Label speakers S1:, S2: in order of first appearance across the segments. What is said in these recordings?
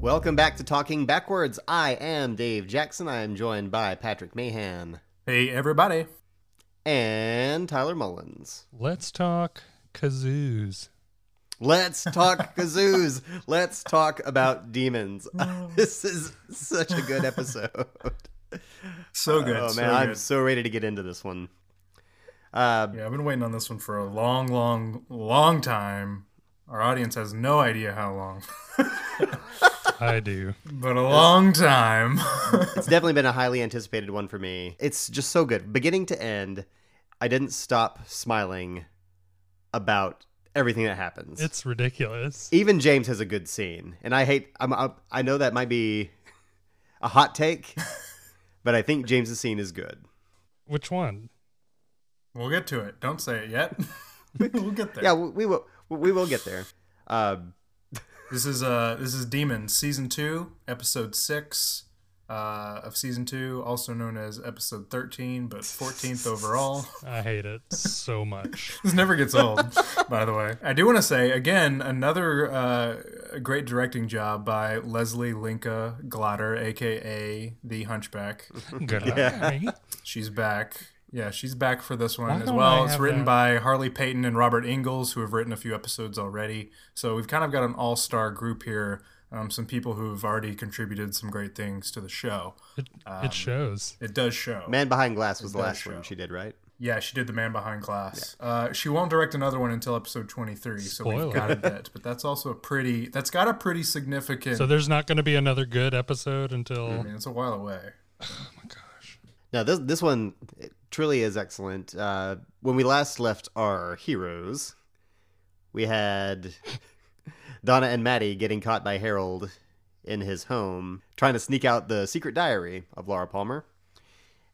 S1: Welcome back to Talking Backwards. I am Dave Jackson. I am joined by Patrick Mahan
S2: Hey, everybody.
S1: and Tyler Mullins.
S3: Let's talk kazoos.
S1: Let's talk kazoos. Let's talk about demons.
S2: Mm.
S1: this is such a good episode.
S2: So good.
S1: oh man,
S2: so
S1: I'm
S2: good.
S1: so ready to get into this one. Uh,
S2: Yeah, I've been waiting on this one for a long, long, long time. Our audience has no idea how long,
S3: I do.
S2: but a long time.
S1: it's definitely been a highly anticipated one for me. It's just so good, beginning to end. I didn't stop smiling about everything that happens.
S3: It's ridiculous.
S1: even James has a good scene, and I hate. I'm, I, I know that might be a hot take, but I think James's scene is good.
S3: Which one?
S2: we'll get to it. Don't say it yet. we'll get there.
S1: Yeah, we, we will. We will get there. Uh,
S2: This is uh this is Demons season 2, episode 6 uh of season 2, also known as episode 13, but 14th overall.
S3: I hate it so much.
S2: This never gets old, by the way. I do want to say again another uh, great directing job by Leslie Linka Glatter, aka the Hunchback.
S3: Good eye.
S2: She's back. Yeah, she's back for this one
S3: Why
S2: as
S3: don't
S2: well.
S3: I
S2: It's
S3: have
S2: written
S3: that?
S2: by Harley Payton and Robert Ingalls, who have written a few episodes already. So we've kind of got an all-star group here. Um, some people who've already contributed some great things to the show.
S3: It, it shows.
S2: It does show.
S1: Man Behind Glass was the
S2: does
S1: last one
S2: show.
S1: she did, right?
S2: Yeah, she did The Man Behind Glass. Uh, she won't direct another one until episode 23, so
S3: Spoiler.
S2: we've got a bit. But that's also a pretty, that's got a pretty significant,
S3: So there's not going to be another good episode until.
S2: I mean, it's a while away.
S3: Oh my gosh.
S1: No, this this one it truly is excellent. Uh, when we last left our heroes, we had Donna and Maddie getting caught by Harold in his home, trying to sneak out the secret diary of Laura Palmer,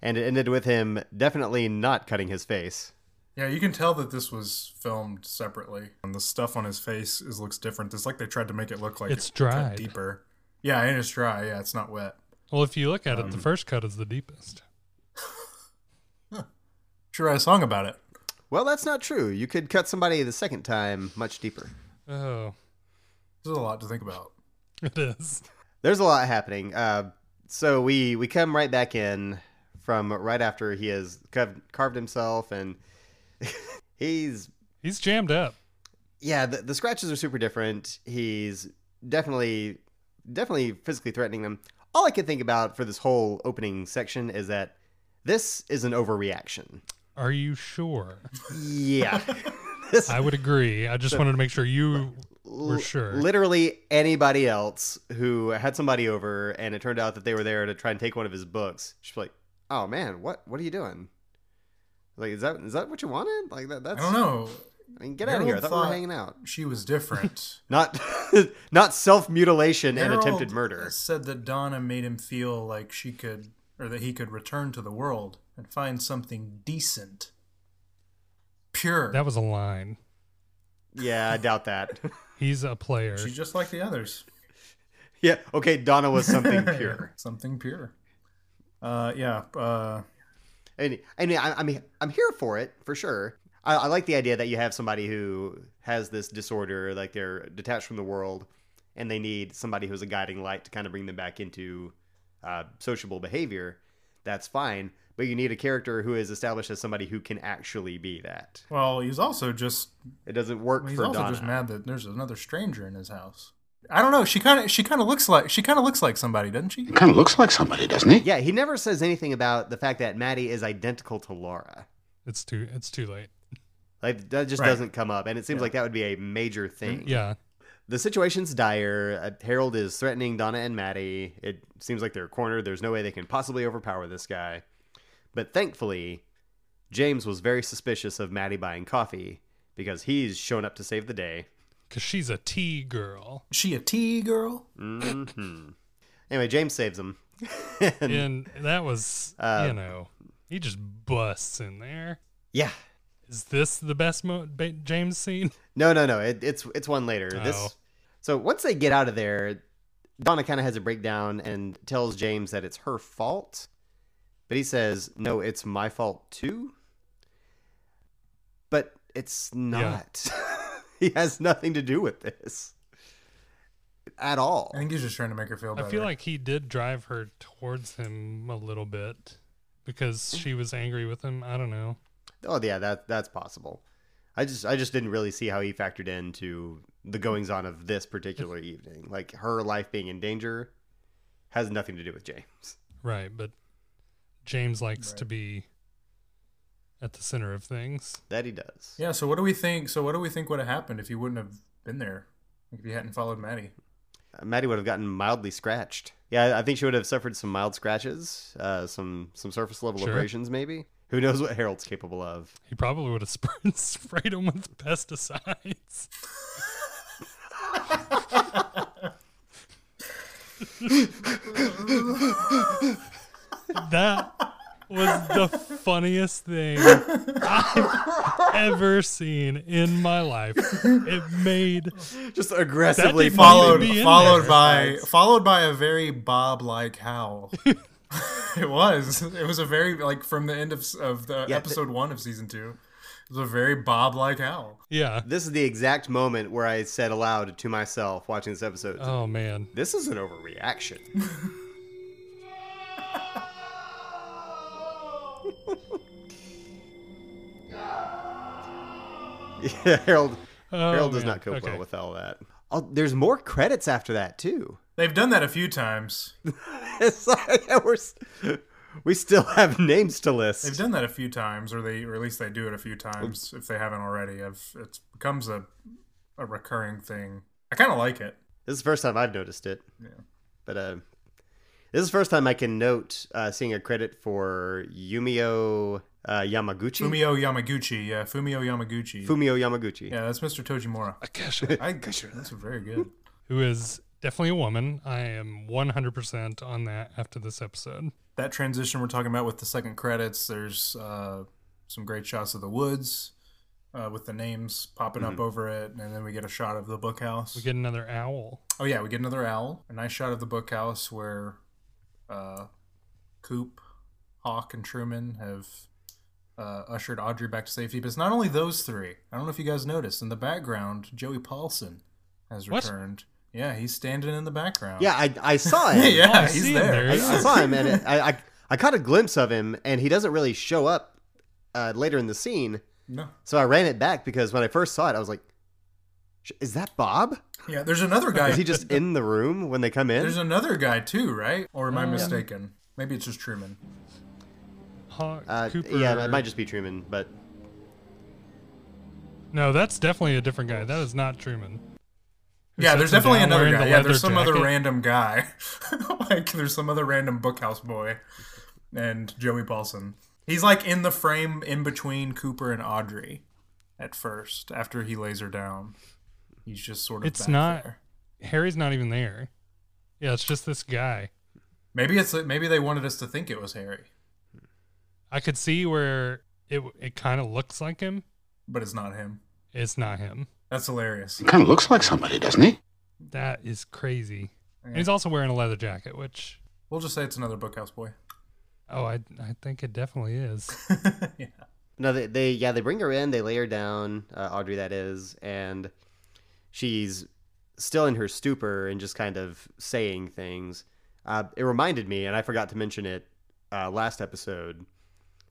S1: and it ended with him definitely not cutting his face.
S2: Yeah, you can tell that this was filmed separately. And the stuff on his face is looks different. It's like they tried to make it look like
S3: It's
S2: it cut
S3: dried.
S2: deeper. Yeah, and it's dry. Yeah, it's not wet.
S3: Well, if you look at it, the first cut is the deepest.
S2: Should write a song about it.
S1: Well, that's not true. You could cut somebody the second time much deeper.
S3: Oh,
S2: This is a lot to think about.
S3: it is.
S1: there's a lot happening. Uh, so we we come right back in from right after he has carved, carved himself, and he's
S3: He's jammed up.
S1: yeah. The, the scratches are super different. He's definitely definitely physically threatening them. All I can think about for this whole opening section is that this is an overreaction.
S3: Are you sure?
S1: Yeah. This-
S3: I would agree. I just wanted to make sure you were
S1: l-
S3: sure.
S1: Literally anybody else who had somebody over and it turned out that they were there to try and take one of his books, she'd be like, "Oh man, what what are you doing? Like, is that is that what you wanted? Like that
S2: I
S1: that's
S2: don't know.
S1: I mean, get out of here. I thought
S2: Harold
S1: we were
S2: thought-
S1: hanging out.
S2: She was different.
S1: Not not self mutilation and
S2: Harold
S1: attempted murder.
S2: Said that Donna made him feel like she could, or that he could return to the world and find something decent, pure.
S3: That was a line.
S1: Yeah, I doubt that.
S3: He's a player.
S2: She's just like the others.
S1: yeah, okay. Donna was something pure.
S2: something pure. Uh, yeah. Uh,
S1: I mean, I mean, I, I mean, I'm here for it for sure. I, I like the idea that you have somebody who has this disorder, like they're detached from the world, and they need somebody who's a guiding light to kind of bring them back into uh, sociable behavior. That's fine, but you need a character who is established as somebody who can actually be that.
S2: well, he's also just
S1: It doesn't work
S2: well, he's
S1: for
S2: also
S1: Donna.
S2: just mad that there's another stranger in his house. I don't know. She kind of she kind of looks like she kind of looks like somebody, doesn't she?
S4: Kind of looks like somebody, doesn't he?
S1: Yeah, he never says anything about the fact that Maddie is identical to Laura.
S3: it's too. It's too late.
S1: Like that just
S2: Right.
S1: doesn't come up, and it seems like that would be a major thing.
S3: Yeah.
S1: The situation's dire. Uh, Harold is threatening Donna and Maddie. It seems like they're cornered. There's no way they can possibly overpower this guy. But thankfully, James was very suspicious of Maddie buying coffee because he's shown up to save the day.
S3: Because she's a tea girl.
S2: Is she a tea girl?
S1: hmm anyway, James saves him.
S3: and that was
S1: Uh,
S3: you know he just busts in there
S1: yeah.
S3: is this the best Mo- ba- james scene
S1: No, no, no. It, it's it's one later.
S3: Oh.
S1: This. So once they get out of there, Donna kind of has a breakdown and tells James that it's her fault, but he says, "No, it's my fault too." But it's not. he has nothing to do with this. at all.
S2: I think he's just trying to make her feel
S3: I
S2: better.
S3: feel like he did drive her towards him a little bit because she was angry with him. I don't know.
S1: Oh yeah, that that's possible. I just I just didn't really see how he factored into the goings on of this particular evening. Like her life being in danger has nothing to do with James.
S3: Right, but James likes
S2: Right.
S3: to be at the center of things.
S1: That he does.
S2: Yeah. So what do we think? So what do we think would have happened if you wouldn't have been there? Like if you hadn't followed Maddie?
S1: Uh, Maddie would have gotten mildly scratched. Yeah, I think she would have suffered some mild scratches, uh, some some surface level
S3: Sure.
S1: abrasions, maybe. Who knows what Harold's capable of?
S3: He probably would have spr- sprayed him with pesticides. that was the funniest thing I've ever seen in my life. It made
S1: Just aggressively
S3: That
S2: Followed,
S3: be in
S2: followed
S3: there.
S2: by, followed by a very Bob-like howl. it was. It was a very like from the end of of the
S1: Yeah,
S2: episode one of season two. It was a very Bob-like howl.
S3: yeah.
S1: This is the exact moment where I said aloud to myself watching this episode,
S3: Oh man.
S1: "This is an overreaction." yeah, Harold.
S3: Oh,
S1: Harold does
S3: man.
S1: not cope
S3: Okay.
S1: well with all that. Oh, there's more credits after that too.
S2: They've done that a few times.
S1: It's like we're s- we still have names to
S2: They've
S1: list.
S2: done that a few times, or they, or at least they do it a few times if they haven't already. I've, it becomes a, a recurring thing. I kind of like it.
S1: This is the first time I've noticed it.
S2: Yeah.
S1: But uh, this is the first time I can note uh, seeing a credit for Yumio uh, Yamaguchi.
S2: Fumio Yamaguchi, yeah, Fumio Yamaguchi.
S1: Fumio Yamaguchi.
S2: yeah, that's Mr. Tojimura.
S3: Akasha,
S2: I that's very good.
S3: who is definitely a woman. I am 100% on that after this episode.
S2: That transition we're talking about with the second credits, there's uh, some great shots of the woods uh, with the names popping up over it, and then we get a shot of the bookhouse.
S3: We get another owl.
S2: oh yeah, we get another owl. A nice shot of the bookhouse where uh, Coop, Hawk, and Truman have uh, ushered Audrey back to safety. But it's not only those three. I don't know if you guys noticed in the background, Joey Paulson has
S3: What?
S2: returned. Yeah, he's standing in the background.
S1: Yeah, I, I saw him.
S2: yeah,
S3: Oh, I see
S2: he's
S3: him
S2: there.
S3: there.
S1: I, I saw him, and it, I, I I caught a glimpse of him, and he doesn't really show up uh, later in the scene.
S2: No.
S1: So I ran it back because when I first saw it, I was like, "Sh- "Is that Bob?
S2: Yeah, there's another guy.
S1: Is he just in the room when they come in?"
S2: There's another guy too, right? Or
S3: Um,
S2: am I mistaken? Maybe it's just Truman.
S3: Hawk,
S1: Uh,
S3: Cooper.
S1: yeah, it might just be Truman, but
S3: No, that's definitely a different guy. That is not Truman. Who
S2: yeah,
S3: sits
S2: there's
S3: him
S2: definitely
S3: down
S2: another
S3: wearing
S2: guy.
S3: the
S2: yeah,
S3: leather
S2: there's some other
S3: jacket.
S2: random guy. like there's some other random bookhouse boy and Joey Paulson. He's like in the frame in between Cooper and Audrey at first after he lays her down. He's just sort of
S3: It's
S2: back
S3: not-
S2: there.
S3: Harry's not even there. Yeah, it's just this guy.
S2: Maybe it's maybe they wanted us to think it was Harry,
S3: I could see where it it kind of looks like him.
S2: but it's not him.
S3: It's not him.
S2: That's hilarious.
S4: Kind of looks like somebody, doesn't he?
S3: That is crazy. And
S2: Yeah.
S3: he's also wearing a leather jacket, which
S2: We'll just say it's another bookhouse boy.
S3: oh, I I think it definitely is.
S2: yeah.
S1: No, they, they yeah they bring her in, they lay her down, uh, Audrey that is, and she's still in her stupor and just kind of saying things. Uh, it reminded me, and I forgot to mention it uh, last episode,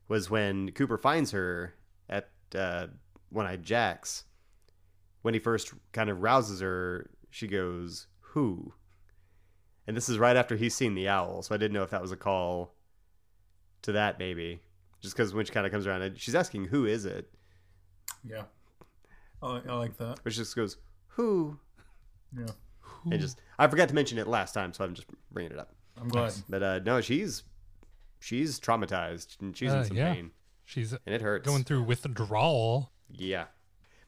S1: was when Cooper finds her at uh, One Eyed Jack's. When he first kind of rouses her, she goes, "Who?" And this is right after he's seen the owl, so I didn't know if that was a call to that maybe just because when she kind of comes around and she's asking who is it
S2: Yeah. I like, I like that.
S1: which just goes who
S2: Yeah.
S3: Mm.
S1: and just i forgot to mention it last time so i'm just bringing it up
S2: I'm glad.
S1: but uh no she's she's traumatized and she's
S3: Uh,
S1: in some
S3: yeah.
S1: pain
S3: She's
S1: and it hurts
S3: going through withdrawal.
S1: yeah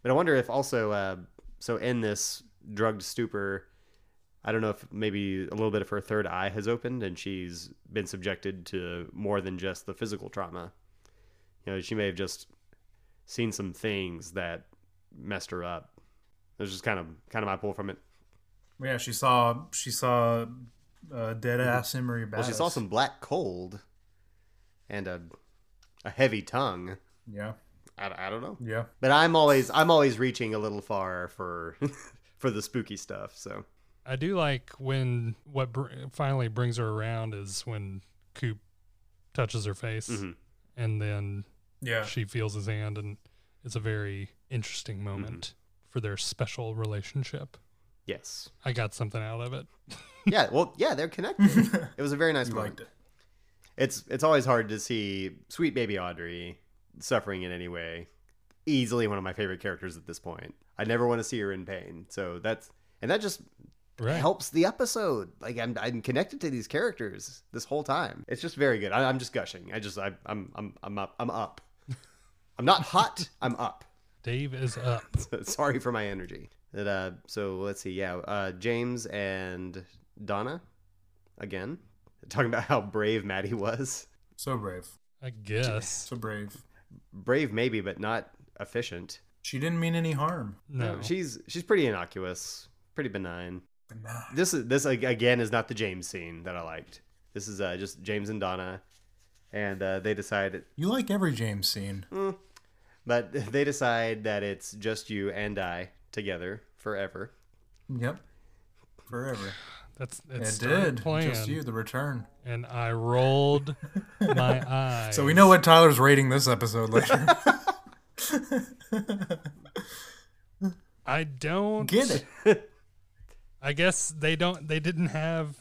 S1: but i wonder if also uh so in this drugged stupor i don't know if maybe a little bit of her third eye has opened and she's been subjected to more than just the physical trauma you know she may have just seen some things that messed her up it was just kind of kind of my pull from it
S2: Yeah, she saw she saw uh, dead ass Emery Battis.
S1: well she saw some black cold and a, a heavy tongue
S2: Yeah,
S1: I, I don't know
S2: yeah.
S1: but i'm always i'm always reaching a little far for for the spooky stuff so
S3: I do like when what br- finally brings her around is when Coop touches her face,
S1: Mhm.
S3: and then
S2: Yeah.
S3: she feels his hand, and it's a very interesting moment for their special relationship.
S1: Yes.
S3: I got something out of it.
S1: Yeah. Well, yeah, they're connected. it was a very nice
S2: You
S1: moment.
S2: liked it.
S1: It's it's always hard to see sweet baby Audrey suffering in any way. Easily one of my favorite characters at this point. I never want to see her in pain. So that's and that just
S3: Right?
S1: helps the episode. Like I'm, I'm connected to these characters this whole time. It's just very good. I, I'm just gushing. I just I, I'm I'm I'm up. I'm up. I'm not hot. I'm up.
S3: Dave is up.
S1: Sorry for my energy. That uh. So let's see. Yeah. Uh. James and Donna, again, talking about how brave Maddie was.
S2: So brave.
S3: I guess.
S2: So brave.
S1: Brave maybe, but not efficient.
S2: She didn't mean any harm.
S3: No.
S1: She's she's pretty innocuous. Pretty benign.
S2: Nah.
S1: this is this ag- again is not the James scene that I liked. This is uh, just James and Donna, and uh, they decide,
S2: You like every James scene.
S1: Mm. but they decide that it's just you and I together forever.
S2: Yep. Forever.
S3: That's
S2: It
S3: that's
S2: did.
S3: Plan.
S2: Just you, the return.
S3: And I rolled my eyes.
S2: So we know what Tyler's rating this episode later.
S3: I don't
S2: Get it.
S3: I guess they don't. They didn't have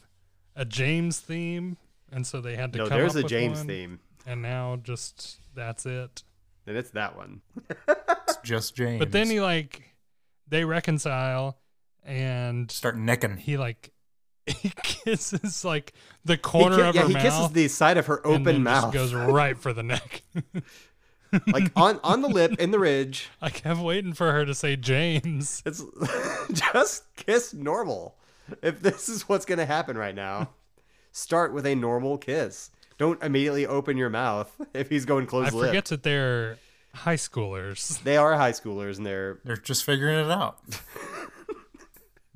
S3: a James theme, and so they had to.
S1: No,
S3: come
S1: there's
S3: up
S1: a
S3: with
S1: James
S3: one,
S1: theme,
S3: and now just that's it.
S1: and it's that one.
S2: It's just James.
S3: But then he like they reconcile, and
S2: start necking.
S3: he like he kisses like the corner
S1: he ki-
S3: of
S1: yeah,
S3: her
S1: he
S3: mouth,
S1: kisses the side of her
S3: and then
S1: open mouth,
S3: just goes right for the neck.
S1: like on on the lip in the ridge.
S3: I kept waiting for her to say James.
S1: It's just kiss normal. If this is what's gonna happen right now, start with a normal kiss. Don't immediately open your mouth if he's going
S3: I
S1: closed lip.
S3: forget that they're high schoolers.
S1: They are high schoolers and they're
S2: They're just figuring it out.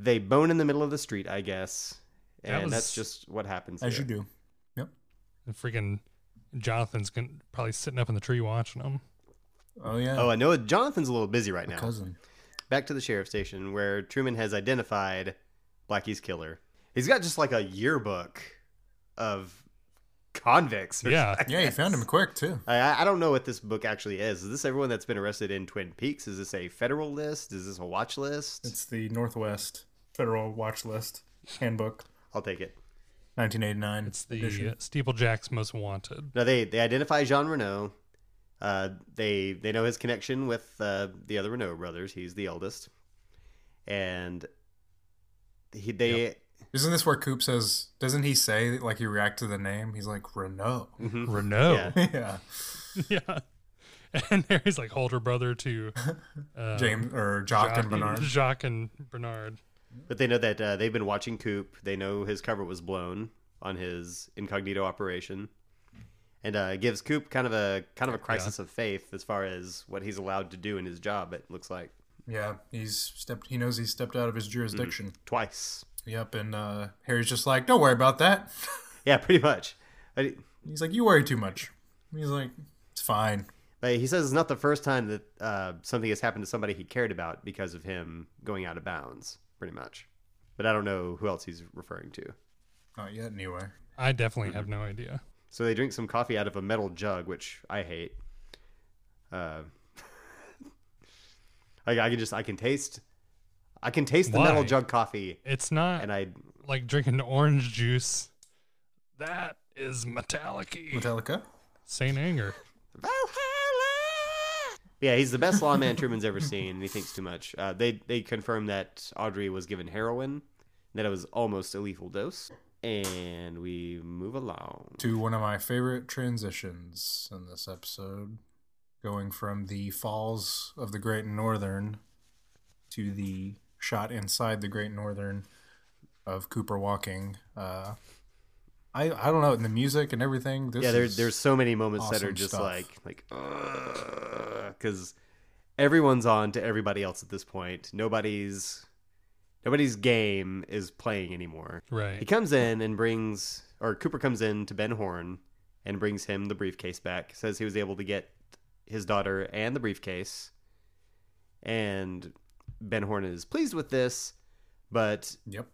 S1: they bone in the middle of the street, I guess.
S3: That
S1: And
S3: was-
S1: that's just what happens.
S2: As
S1: here.
S2: you do. Yep.
S3: And freaking Jonathan's gonna, probably sitting up in the tree watching them.
S2: Oh yeah.
S1: Oh, I know Jonathan's a little busy right now.
S2: cousin.
S1: Back to the sheriff's station where Truman has identified Blackie's killer. He's got just like a yearbook of convicts. or
S3: Yeah.
S1: something.
S2: Yeah, he found him quick too.
S1: I- I, I don't know what this book actually is. Is this everyone that's been arrested in Twin Peaks? Is this a federal list? Is this a watch list?
S2: It's the Northwest Federal Watch List Handbook,
S1: I'll take it.
S2: 1989.
S3: It's the uh, Steeplejack's Most Wanted.
S1: No, they they identify Jean Renault. Uh, they they know his connection with uh, the other Renault brothers. He's the eldest, and he they
S2: Isn't this where Coop says? Doesn't he say like he react to the name? He's like Renault.
S1: Mhm.
S3: Renault.
S2: yeah,
S3: Yeah. And there he's like older brother to uh,
S2: James or Jock and Bernard.
S3: Jacques and Bernard.
S1: but they know that uh, they've been watching Coop. They know his cover was blown on his incognito operation, and uh, it gives Coop kind of a kind of a crisis of faith as far as what he's allowed to do in his job. It looks like
S2: Yeah, he's stepped. He knows he's stepped out of his jurisdiction.
S1: twice.
S3: Mm.
S2: Yep, and uh, Harry's just like, "Don't worry about that."
S1: Yeah, pretty much. But-
S2: He's like, "You worry too much." He's like, "It's fine."
S1: But he says it's not the first time that uh, something has happened to somebody he cared about because of him going out of bounds, pretty much. But I don't know who else he's referring to.
S2: Not yet, anyway.
S3: I definitely have no idea.
S1: So they drink some coffee out of a metal jug, which I hate. Uh, I, I can just I can taste, I can taste the metal
S3: Why?
S1: jug coffee,
S3: It's not
S1: and I
S3: like drinking orange juice. That is metallic.
S2: Metallica.
S3: Saint Anger.
S1: Yeah, he's the best lawman Truman's ever seen, and he thinks too much. Uh, they they confirmed that Audrey was given heroin, that it was almost a lethal dose, and we move along.
S2: to one of my favorite transitions in this episode, going from the falls of the Great Northern to the shot inside the Great Northern of Cooper walking. Uh, I I don't know, in the music and everything. This
S1: yeah, there,
S2: is-
S1: there's so many moments that are
S2: awesome
S1: just
S2: stuff.
S1: like like because everyone's on to everybody else at this point. Nobody's nobody's game is playing anymore. He
S3: Right.
S1: comes in and brings, or Cooper comes in to Ben Horn and brings him the briefcase back. Says he was able to get his daughter and the briefcase. And Ben Horn is pleased with this, but
S2: yep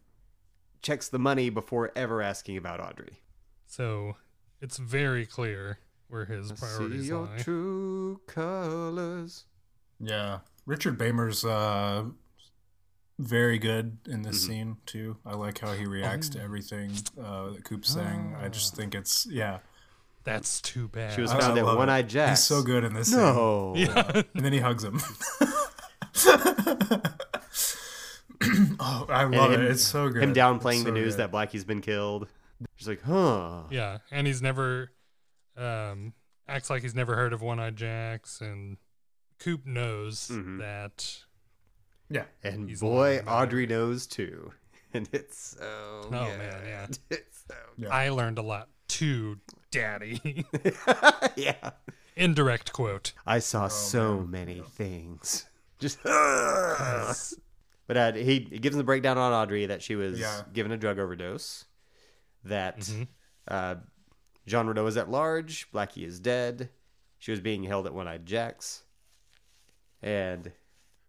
S1: checks the money before ever asking about Audrey.
S3: So it's very clear where his priorities
S1: See your
S3: lie.
S1: true colors.
S2: Yeah. Richard Bamer's uh, very good in this
S1: Mhm.
S2: scene, too. I like how he reacts
S1: Oh.
S2: to everything uh, that Coop's saying. I just
S1: Ah.
S2: think it's, yeah.
S3: That's too bad.
S1: She was
S2: I- I
S1: found at
S2: love it.
S1: One Eyed Jack.
S2: He's so good in this scene.
S1: No.
S3: yeah.
S2: And then he hugs him. oh, I love
S1: him-
S2: it. It's so good.
S1: Him downplaying
S2: It's
S1: the
S2: so
S1: news
S2: good.
S1: that Blackie's been killed. She's like, huh.
S3: yeah. And he's never um acts like he's never heard of One Eyed Jacks and Coop knows
S1: Mhm.
S3: that
S2: Yeah.
S1: And
S3: He's lying
S1: boy,
S3: about it.
S1: Audrey knows too. And it's so.
S3: Oh, man, yeah.
S1: It's so.
S2: Yeah.
S3: I learned a lot too, Daddy.
S1: yeah.
S3: Indirect quote.
S1: I saw so
S2: Oh, man.
S1: many things. Just. "Ugh." But uh, he, he gives him the breakdown on Audrey that she was
S2: Yeah. Mm-hmm.
S1: given a drug overdose, that
S3: Mhm.
S1: uh, John Rideau is at large, Blackie is dead, she was being held at One Eyed Jack's, and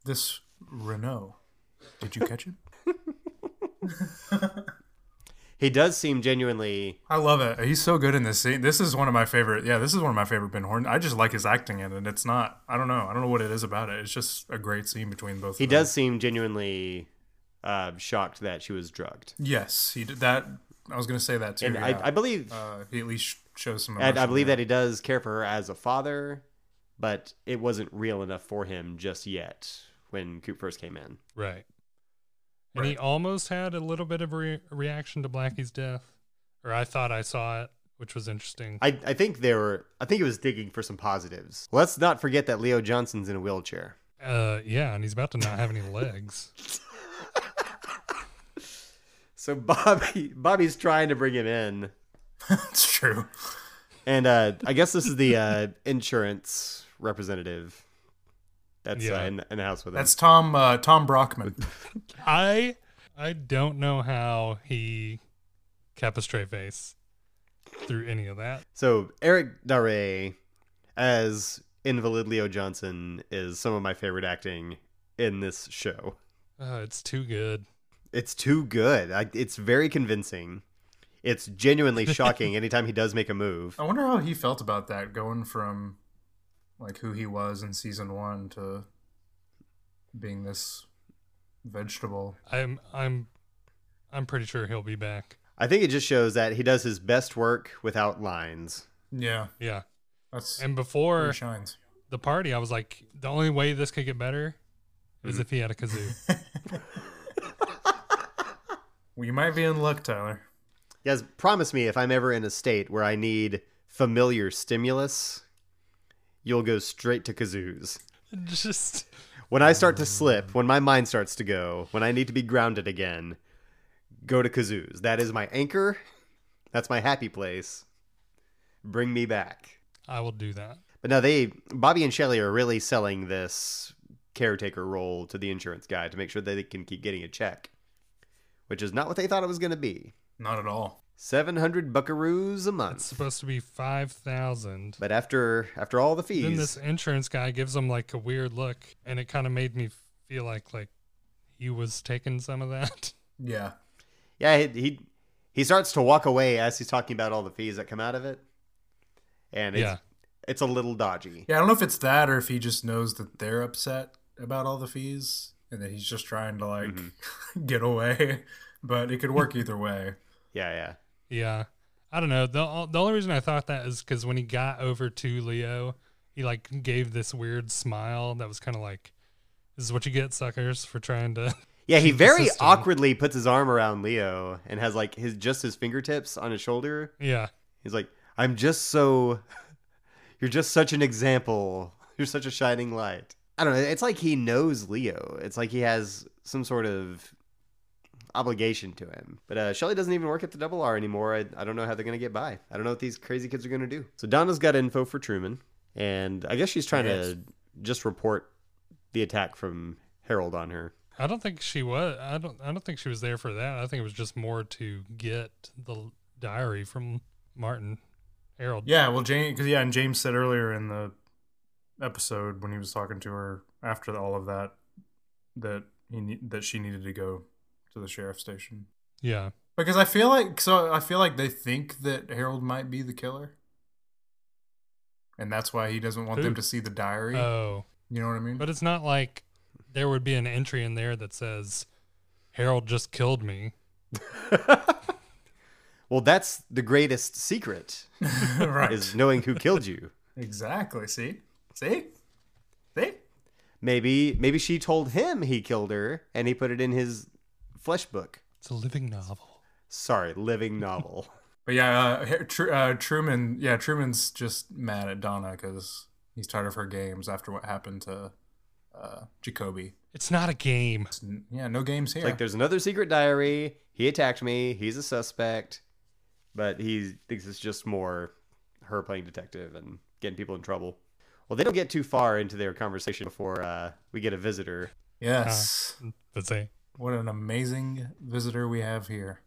S2: This Renault. Did you catch it?
S1: he does seem genuinely
S2: I love it. He's so good in this scene. This is one of my favorite. Yeah, this is one of my favorite Ben Horn. I just like his acting in it. It's not. I don't know. I don't know what it is about it. It's just a great scene between both.
S1: he
S2: of them.
S1: does seem genuinely uh, shocked that she was drugged,
S2: Yes, he did that. I was gonna say that too.
S1: and
S2: yeah.
S1: I, I believe
S2: uh, he at least sh- shows some.
S1: and I
S2: emotion
S1: believe
S2: there.
S1: that he does care for her as a father, but it wasn't real enough for him just yet when Coop first came in.
S3: Right. And he
S2: Right.
S3: almost had a little bit of re- reaction to Blackie's death, or I thought I saw it, which was interesting.
S1: I, I think they were I think it was digging for some positives. Let's not forget that Leo Johnson's in a wheelchair.
S3: uh, yeah, and he's about to not have any legs.
S1: So Bobby Bobby's trying to bring him in.
S2: it's true.
S1: And uh I guess this is the uh insurance representative that's uh,
S3: Yeah.
S1: in, in the house with him.
S2: That's Tom. Uh, Tom Brockman.
S3: I I don't know how he kept a straight face through any of that.
S1: so Eric Dare as invalid Leo Johnson is some of my favorite acting in this show.
S3: Uh, it's too good.
S1: It's too good. I, it's very convincing. It's genuinely shocking anytime he does make a move.
S2: I wonder how he felt about that going from like who he was in season one to being this vegetable.
S3: I'm I'm I'm pretty sure he'll be back.
S1: I think it just shows that he does his best work without lines.
S2: Yeah,
S3: Yeah.
S2: that's
S3: And
S2: where
S3: before
S2: he shines.
S3: the party, I was like, the only way this could get better is if he had a kazoo.
S2: Well, you might be in luck, Tyler.
S1: Yes, promise me if I'm ever in a state where I need familiar stimulus, you'll go straight to kazoos.
S3: Just
S1: When I start to slip, when my mind starts to go, when I need to be grounded again, go to kazoos. That is my anchor. That's my happy place. Bring me back.
S3: I will do that.
S1: But no, they Bobby and Shelley are really selling this caretaker role to the insurance guy to make sure that they can keep getting a check, which is not what they thought it was going to be.
S2: Not at all.
S1: Seven hundred buckaroos a
S3: It's
S1: month.
S3: supposed to be five thousand.
S1: But after after all the
S3: Then
S1: fees,
S3: this insurance guy gives him like a weird look, and it kind of made me feel like like he was taking some of that.
S2: Yeah.
S1: yeah, he, he he starts to walk away as he's talking about all the fees that come out of it, and it's,
S3: yeah,
S1: it's a little dodgy.
S2: Yeah, I don't know if it's that or if he just knows that they're upset about all the fees and that he's just trying to like get away. But it could work either way.
S1: Yeah, yeah.
S3: yeah. I don't know. the The only reason I thought that is because when he got over to Leo, he like gave this weird smile that was kind of like, "This is what you get, suckers, for trying to."
S1: Yeah, he
S3: Keep the
S1: very
S3: system.
S1: awkwardly puts his arm around Leo and has like his just his fingertips on his shoulder
S3: yeah,
S1: He's like, I'm just so. You're just such an example. You're such a shining light. I don't know. It's like he knows Leo. It's like he has some sort of obligation to him. But uh, Shelly doesn't even work at the Double R anymore. I, I don't know how they're going to get by. I don't know what these crazy kids are going to do. So Donna's got info for Truman. And I guess she's trying to just report the attack from Harold on her.
S3: I don't think she was. I don't. I don't think she was there for that. I think it was just more to get the diary from Martin Harold.
S2: Yeah, well, James, because yeah, and James said earlier in the episode when he was talking to her after all of that that he ne- that she needed to go to the sheriff's station.
S3: Yeah.
S2: Because I feel like so I feel like they think that Harold might be the killer. And that's why he doesn't want
S3: Who?
S2: them to see the diary.
S3: Oh,
S2: you know what I mean?
S3: but it's not like there would be an entry in there that says Harold just killed me.
S1: Well, that's the greatest secret
S2: right.
S1: is knowing who killed you.
S2: Exactly. See? See? See?
S1: Maybe maybe she told him he killed her and he put it in his flesh book.
S3: It's a living novel.
S1: Sorry, living novel.
S2: But yeah, uh, Har- Tru- uh, Truman. Yeah, Truman's just mad at Donna because he's tired of her games after what happened to uh, Jacoby.
S3: It's not a game.
S2: It's n- yeah, no games here.
S1: It's Like there's another secret diary. He attacked me. He's a suspect, but he thinks it's just more her playing detective and getting people in trouble. Well, they don't get too far into their conversation before uh, we get a visitor.
S2: yes,
S3: That's a.
S2: what an amazing visitor we have here.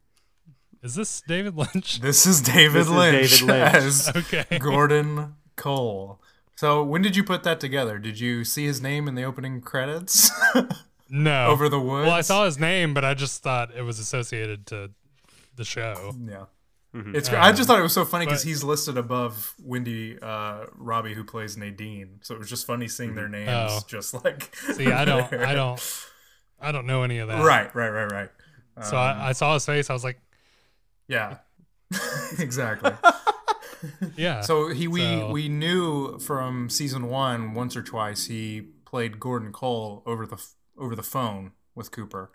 S3: Is this David Lynch?
S2: This is
S1: This
S2: David
S1: is
S2: Lynch
S1: David Lynch.
S2: as
S3: Okay.
S2: Gordon Cole. So when did you put that together? Did you see his name in the opening credits
S3: No.
S2: over the woods?
S3: well, I saw his name, but I just thought it was associated to the show.
S2: Yeah.
S1: Mhm.
S2: It's. I just thought it was so funny because
S3: Um, but-
S2: he's listed above Wendy uh, Robbie, who plays Nadine. So it was just funny seeing their names,
S3: Oh.
S2: just like.
S3: See, I don't, I
S2: there.
S3: don't, I don't know any of that.
S2: Right, right, right, right.
S3: So I, I saw his face. I was like,
S2: Yeah, exactly.
S3: yeah.
S2: So he we
S3: So-
S2: we knew from season one once or twice he played Gordon Cole over the f- over the phone with Cooper,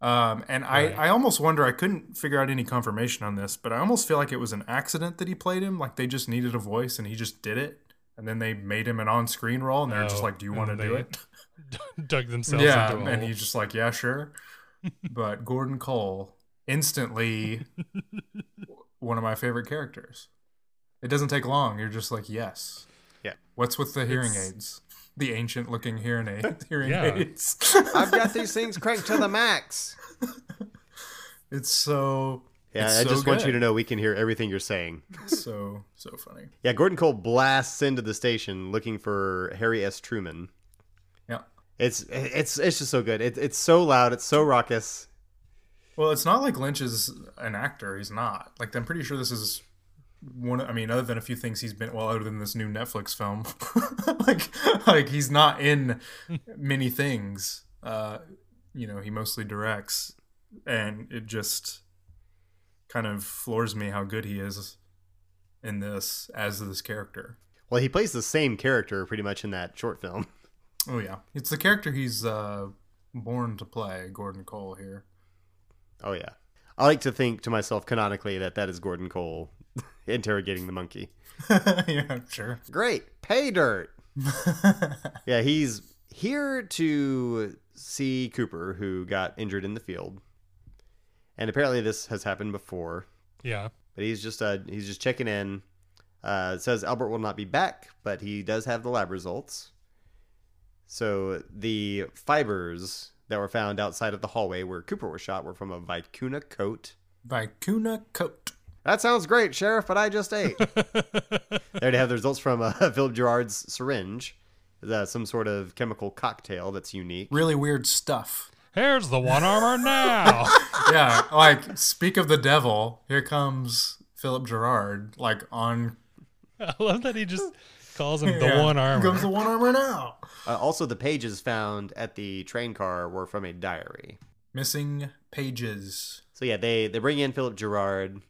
S2: um, and
S3: Right.
S2: I I almost wonder I couldn't figure out any confirmation on this, but I almost feel like it was an accident that he played him. Like they just needed a voice and he just did it, and then they made him an on screen role, and they're just
S3: Oh,
S2: like, "Do you want to
S3: and
S2: do
S3: they
S2: it?"
S3: dug themselves
S2: Yeah,
S3: into a
S2: and
S3: hole.
S2: he's just like, "Yeah, sure," but Gordon Cole instantly one of my favorite characters. It doesn't take long. You're just like, yes.
S1: Yeah.
S2: What's with the hearing
S3: It's-
S2: aids? The ancient looking hearing aid hearing
S3: Yeah.
S2: aids.
S1: I've got these things cranked to the max.
S2: it's so
S1: Yeah,
S2: it's
S1: I
S2: so
S1: just want you
S2: good.
S1: to know we can hear everything you're saying.
S2: so so funny.
S1: Yeah, Gordon Cole blasts into the station looking for Harry S. Truman.
S2: Yeah.
S1: It's it's it's just so good. It, it's so loud. It's so raucous.
S2: Well, it's not like Lynch is an actor. He's not. Like I'm pretty sure this is one. I mean, other than a few things he's been. Well, other than this new Netflix film, like like he's not in many things. Uh, you know, he mostly directs, and it just kind of floors me how good he is in this as this character.
S1: Well, he plays the same character pretty much in that short film.
S2: Oh yeah, it's the character he's uh, born to play, Gordon Cole here.
S1: Oh yeah. I like to think to myself canonically that that is Gordon Cole interrogating the monkey.
S2: yeah, sure.
S1: Great. Pay dirt. Yeah, he's here to see Cooper who got injured in the field. And apparently this has happened before,
S3: yeah.
S1: but he's just uh he's just checking in. Uh it says Albert will not be back, but he does have the lab results. So the fibers that were found outside of the hallway where Cooper was shot were from a vicuna coat.
S2: Vicuna coat.
S1: That sounds great, Sheriff, but I just ate. there to have the results from uh, Philip Gerard's syringe, uh, some sort of chemical cocktail that's unique.
S2: Really weird stuff.
S3: Here's the one armor now.
S2: yeah, like speak of the devil. Here comes Philip Gerard, like on
S3: I love that he just calls him the
S2: Yeah.
S3: one armor.
S2: Here comes the one armor now.
S1: Uh, also, the pages found at the train car were from a diary.
S2: Missing pages.
S1: So yeah, they they bring in Philip Gerard,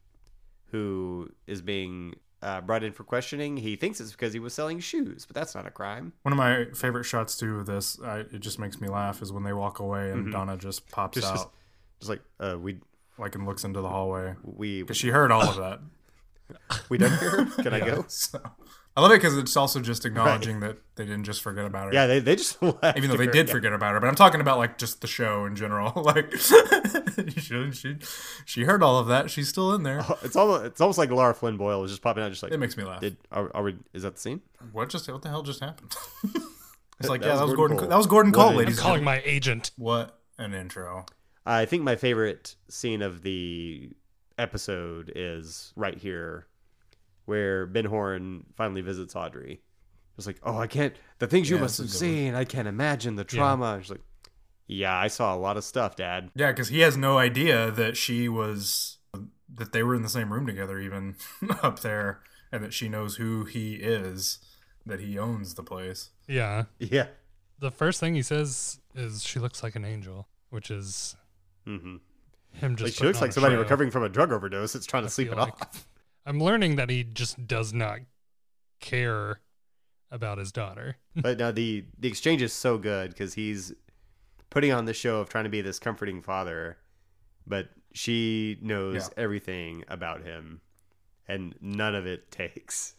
S1: who is being uh, brought in for questioning. He thinks it's because he was selling shoes, but that's not a crime.
S2: One of my favorite shots too of this, I, it just makes me laugh, is when they walk away and
S3: Mm-hmm.
S1: Mhm.
S2: Donna just pops
S1: Just-
S2: out,
S1: just- Just like uh, we
S2: like and looks into the hallway
S1: we
S2: because she heard all of that.
S1: we done here. Can I go?
S2: So, I love it because it's also just acknowledging that they didn't just forget about her.
S1: Yeah, they they just left
S2: even though they
S1: her.
S2: did forget about her. But I'm talking about like just the show in general. Like she, she she heard all of that. She's still in there.
S1: It's almost it's almost like Laura Flynn Boyle was just popping out, just like
S2: It makes me laugh.
S1: did are, are we? Is that the scene?
S2: What just what the hell just happened? it's like
S1: That
S2: yeah,
S1: was
S2: that
S1: Gordon
S2: was Gordon.
S1: Cole.
S2: Cole. That was Gordon Cole,
S1: What an-
S2: ladies. and
S3: Calling
S2: gentlemen.
S3: my agent.
S2: What an intro.
S1: I think my favorite scene of the episode is right here, where Ben Horn finally visits Audrey. It's like, oh, I can't. The things you
S2: Yeah,
S1: must have
S2: that's a good one.
S1: seen, I can't imagine the
S3: Yeah.
S1: trauma. She's like, Yeah, I saw a lot of stuff, Dad.
S2: Yeah, because he has no idea that she was that they were in the same room together, even up there, and that she knows who he is, that he owns the place.
S3: Yeah.
S1: Yeah.
S3: The first thing he says is she looks like an angel, which is
S1: Mm-hmm.
S3: him just.
S1: Like she
S3: putting
S1: looks
S3: on
S1: like
S3: a
S1: somebody
S3: show.
S1: recovering from a drug overdose that's trying to
S3: I
S1: sleep it
S3: feel like-
S1: off.
S3: I'm learning that he just does not care about his daughter.
S1: but now the the exchange is so good because he's putting on the show of trying to be this comforting father, but she knows everything about him, and none of it takes.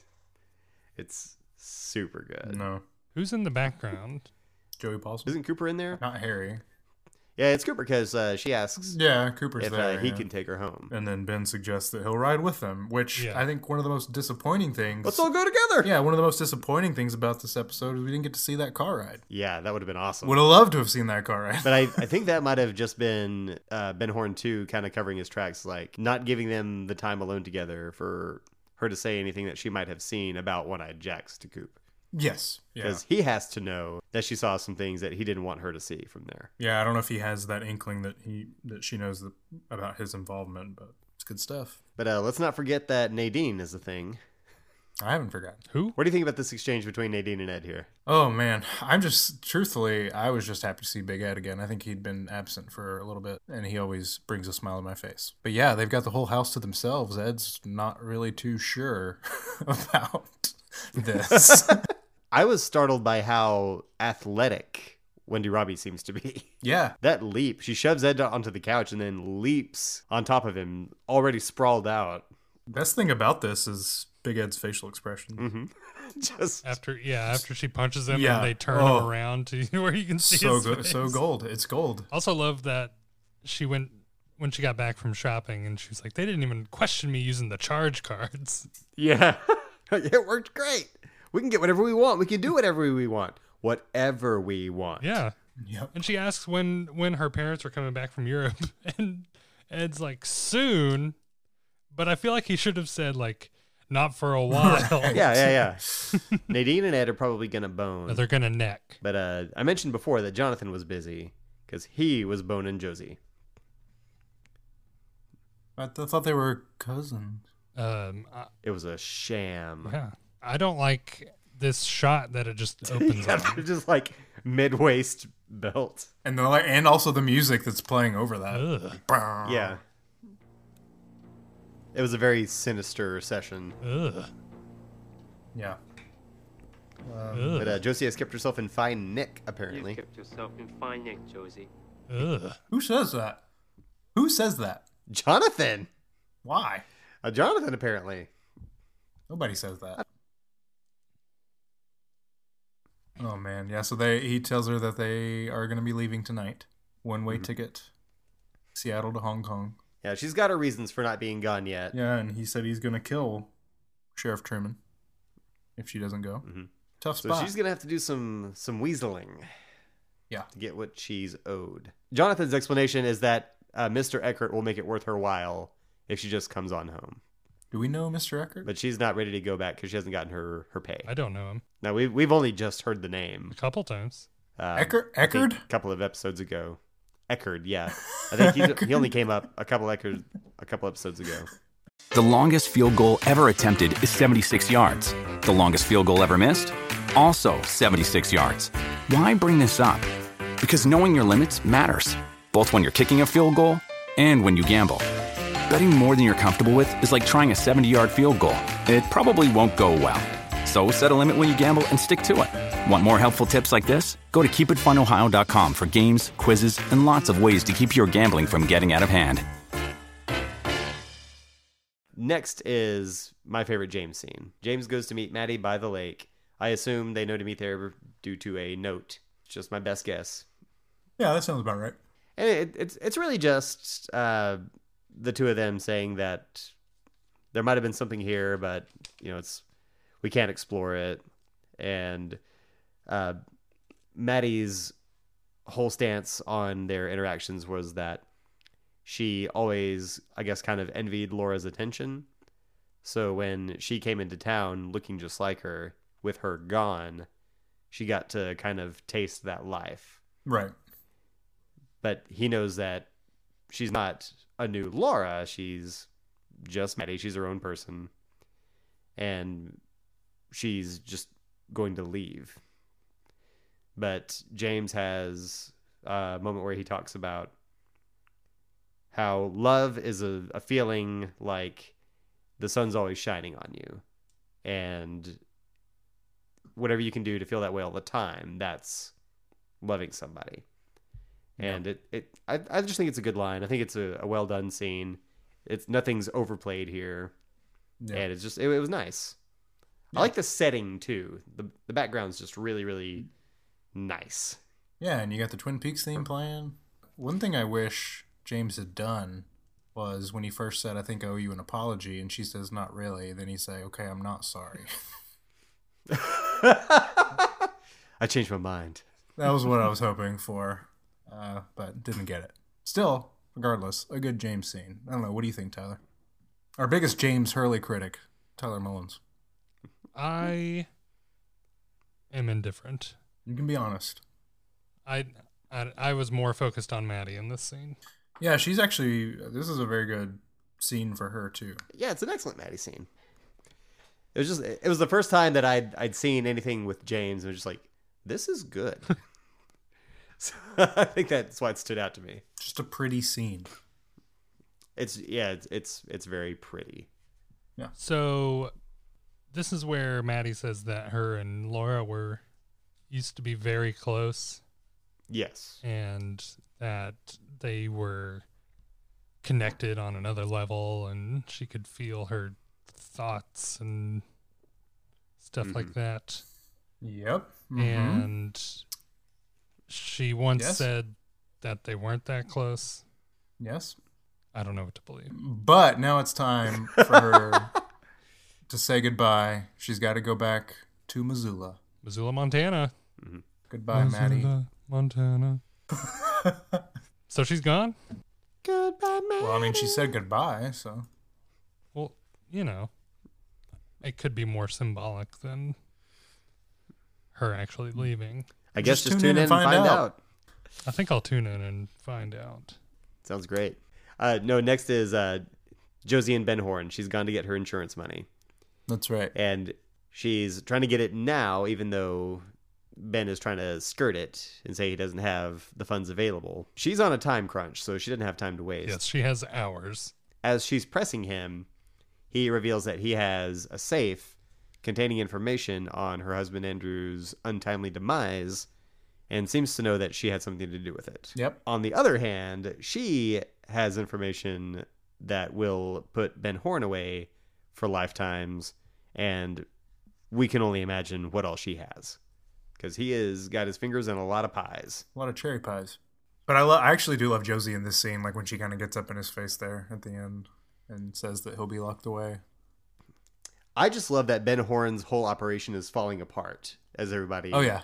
S1: It's super good.
S2: No,
S3: Who's in the background?
S2: Joey Paulson,
S1: Isn't Cooper in there?
S2: not Harry.
S1: Yeah, it's Cooper because uh, she asks
S2: Yeah, Cooper's
S1: if
S2: there.
S1: uh, he
S2: yeah.
S1: can take her home.
S2: And then Ben suggests that he'll ride with them, which
S3: Yeah.
S2: I think one of the most disappointing things.
S1: Let's all go together.
S2: yeah, one of the most disappointing things about this episode is we didn't get to see that car ride.
S1: Yeah, that would have been awesome.
S2: Would have loved to have seen that car ride.
S1: but I, I think that might have just been uh, Ben Horn too, kind of covering his tracks, like not giving them the time alone together for her to say anything that she might have seen about One Eyed Jacks to Coop,
S2: yes. Yeah.
S1: because he has to know that she saw some things that he didn't want her to see from there.
S2: Yeah, I don't know if he has that inkling that he that she knows that, about his involvement, but it's good stuff.
S1: But uh, let's not forget that Nadine is the thing.
S2: I haven't forgotten.
S3: Who?
S1: What do you think about this exchange between Nadine and Ed here?
S2: Oh man, I'm just truthfully, I was just happy to see Big Ed again. I think he'd been absent for a little bit, and he always brings a smile to my face. But yeah, they've got the whole house to themselves. Ed's not really too sure about this.
S1: I was startled by how athletic Wendy Robbie seems to be.
S2: yeah,
S1: That leap, she shoves Ed onto the couch and then leaps on top of him, already sprawled out.
S2: best thing about this is Big Ed's facial expression.
S1: Just
S3: After yeah, after she punches him
S2: Yeah.
S3: and they turn
S2: Oh.
S3: him around to where you can see
S2: So
S3: his
S2: good,
S3: face.
S2: so gold. It's gold.
S3: Also love that she went when she got back from shopping and she was like, they didn't even question me using the charge cards.
S1: Yeah. it worked great. We can get whatever we want. We can do whatever we want. Whatever we want.
S3: Yeah.
S2: Yep.
S3: And she asks when when her parents were coming back from Europe, and Ed's like soon, but I feel like he should have said like not for a while.
S1: Yeah, yeah, yeah. Nadine and Ed are probably going to bone.
S3: But they're gonna neck.
S1: But uh, I mentioned before that Jonathan was busy because he was boning Josie.
S2: I th- thought they were cousins.
S3: Um, I,
S1: It was a sham.
S3: yeah, I don't like this shot that it just opens
S1: Yeah,
S3: on.
S1: they're just like mid waist belt.
S2: And the li- and also the music that's playing over that.
S3: Ugh,
S2: Brrr.
S1: Yeah. It was a very sinister session.
S3: ugh,
S2: Yeah.
S1: But
S3: ugh,
S1: uh, Josie has kept herself in fine nick, apparently.
S4: You've kept yourself in fine nick, Josie.
S3: ugh.
S2: Who says that? Who says that?
S1: Jonathan!
S2: Why?
S1: Uh, Jonathan, apparently.
S2: Nobody says that. Oh man, yeah. So they he tells her that they are going to be leaving tonight. One
S1: Mm-hmm.
S2: way ticket, Seattle to Hong Kong.
S1: Yeah, she's got her reasons for not being gone yet.
S2: Yeah, and he said he's going to kill Sheriff Truman if she doesn't go.
S1: Mhm.
S2: Tough
S1: So
S2: spot.
S1: she's gonna have to do some some weaseling.
S2: Yeah.
S1: To get what she's owed. Jonathan's explanation is that uh, Mr. Eckert will make it worth her while if she just comes on home.
S2: Do we know Mr. Eckert?
S1: But she's not ready to go back because she hasn't gotten her her pay.
S3: I don't know him.
S1: Now we've we've only just heard the
S3: A
S1: name.
S3: couple times.
S1: Um,
S2: Eckert?
S1: I think
S2: Eckerd?
S1: A couple of episodes ago. Eckerd, yeah. I think he's, he only came up a couple Eckerd a couple episodes ago.
S5: The longest field goal ever attempted is 76 yards. The longest field goal ever missed? Also 76 yards. Why bring this up? Because knowing your limits matters, both when you're kicking a field goal and when you gamble. Betting more than you're comfortable with is like trying a 70 yard field goal, it probably won't go well. So set a limit when you gamble and stick to it. Want more helpful tips like this? Go to keepitfunohio.com for games, quizzes, and lots of ways to keep your gambling from getting out of hand.
S1: Next is my favorite James scene. James goes to meet Maddie by the lake. I assume they know to meet there due to a note. It's just my best guess.
S2: Yeah, that sounds about right.
S1: And it, it's it's really just uh, the two of them saying that there might have been something here, but you know, it's we can't explore it. And uh, Maddie's whole stance on their interactions was that she always, I guess, kind of envied Laura's attention. So when she came into town looking just like her, with her gone, she got to kind of taste that life
S2: Right.
S1: But he knows that she's not a new Laura. She's just Maddie. She's her own person. And she's just going to leave. But James has a moment where he talks about how love is a, a feeling like the sun's always shining on you. And whatever you can do to feel that way all the time, that's loving somebody. And it, it I, I just think it's a good line. I think it's a, a well done scene. It's nothing's overplayed here.
S2: Yeah.
S1: And it's just it, it was nice. I like the setting too. The the background's just really, really nice.
S2: Yeah, and you got the Twin Peaks theme playing. One thing I wish James had done was when he first said, "I think I owe you an apology," and she says, "Not really." Then he say, "Okay, I'm not sorry."
S1: I changed my mind.
S2: that was what I was hoping for, uh, but didn't get it. Still, regardless, a good James scene. I don't know. What do you think, Tyler? Our biggest James Hurley critic, Tyler Mullins.
S3: I am indifferent.
S2: You can be honest.
S3: I, I I was more focused on Maddie in this scene.
S2: Yeah, she's actually. This is a very good scene for her too.
S1: Yeah, it's an excellent Maddie scene. It was just it was the first time that I'd I'd seen anything with James and was just like, this is good. so I think that's why it stood out to me.
S2: Just a pretty scene.
S1: It's yeah, it's it's, it's very pretty.
S3: So this is where Maddie says that her and Laura were used to be very close
S1: Yes.
S3: and that they were connected on another level and she could feel her thoughts and stuff
S2: Mm-hmm.
S3: like that.
S2: Yep. Mhm.
S3: And she once
S2: Yes.
S3: said that they weren't that close.
S2: Yes.
S3: I don't know what to believe.
S2: But now it's time for her to say goodbye. She's got to go back to Missoula.
S3: Missoula, Montana.
S2: Goodbye, Maddie.
S3: Missoula, Montana. so she's gone?
S1: Goodbye, Maddie.
S2: Well, I mean, she said goodbye, so
S3: Well, you know, it could be more symbolic than her
S2: Mm.
S3: actually leaving.
S1: I guess
S2: Just
S1: just,
S2: tune
S1: tune
S2: in
S1: in and
S2: and find
S1: find
S2: out.
S1: out.
S3: I think I'll tune in and find out.
S1: Sounds great. Uh, no, next is uh, Josie and Ben Horn. She's gone to get her insurance money,
S2: that's right.
S1: and she's trying to get it now, even though Ben is trying to skirt it and say he doesn't have the funds available. She's on a time crunch, so she didn't have time to waste.
S3: Yes, she has hours.
S1: As she's pressing him, he reveals that he has a safe containing information on her husband Andrew's untimely demise and seems to know that she had something to do with it.
S2: Yep.
S1: On the other hand, she has information that will put Ben Horn away for lifetimes, and we can only imagine what all she has. Because he has got his fingers in a lot of pies.
S2: A lot of cherry pies. But I, lo- I actually do love Josie in this scene, like when she kind of gets up in his face there at the end and says that he'll be locked away.
S1: I just love that Ben Horn's whole operation is falling apart as everybody.
S2: Oh yeah,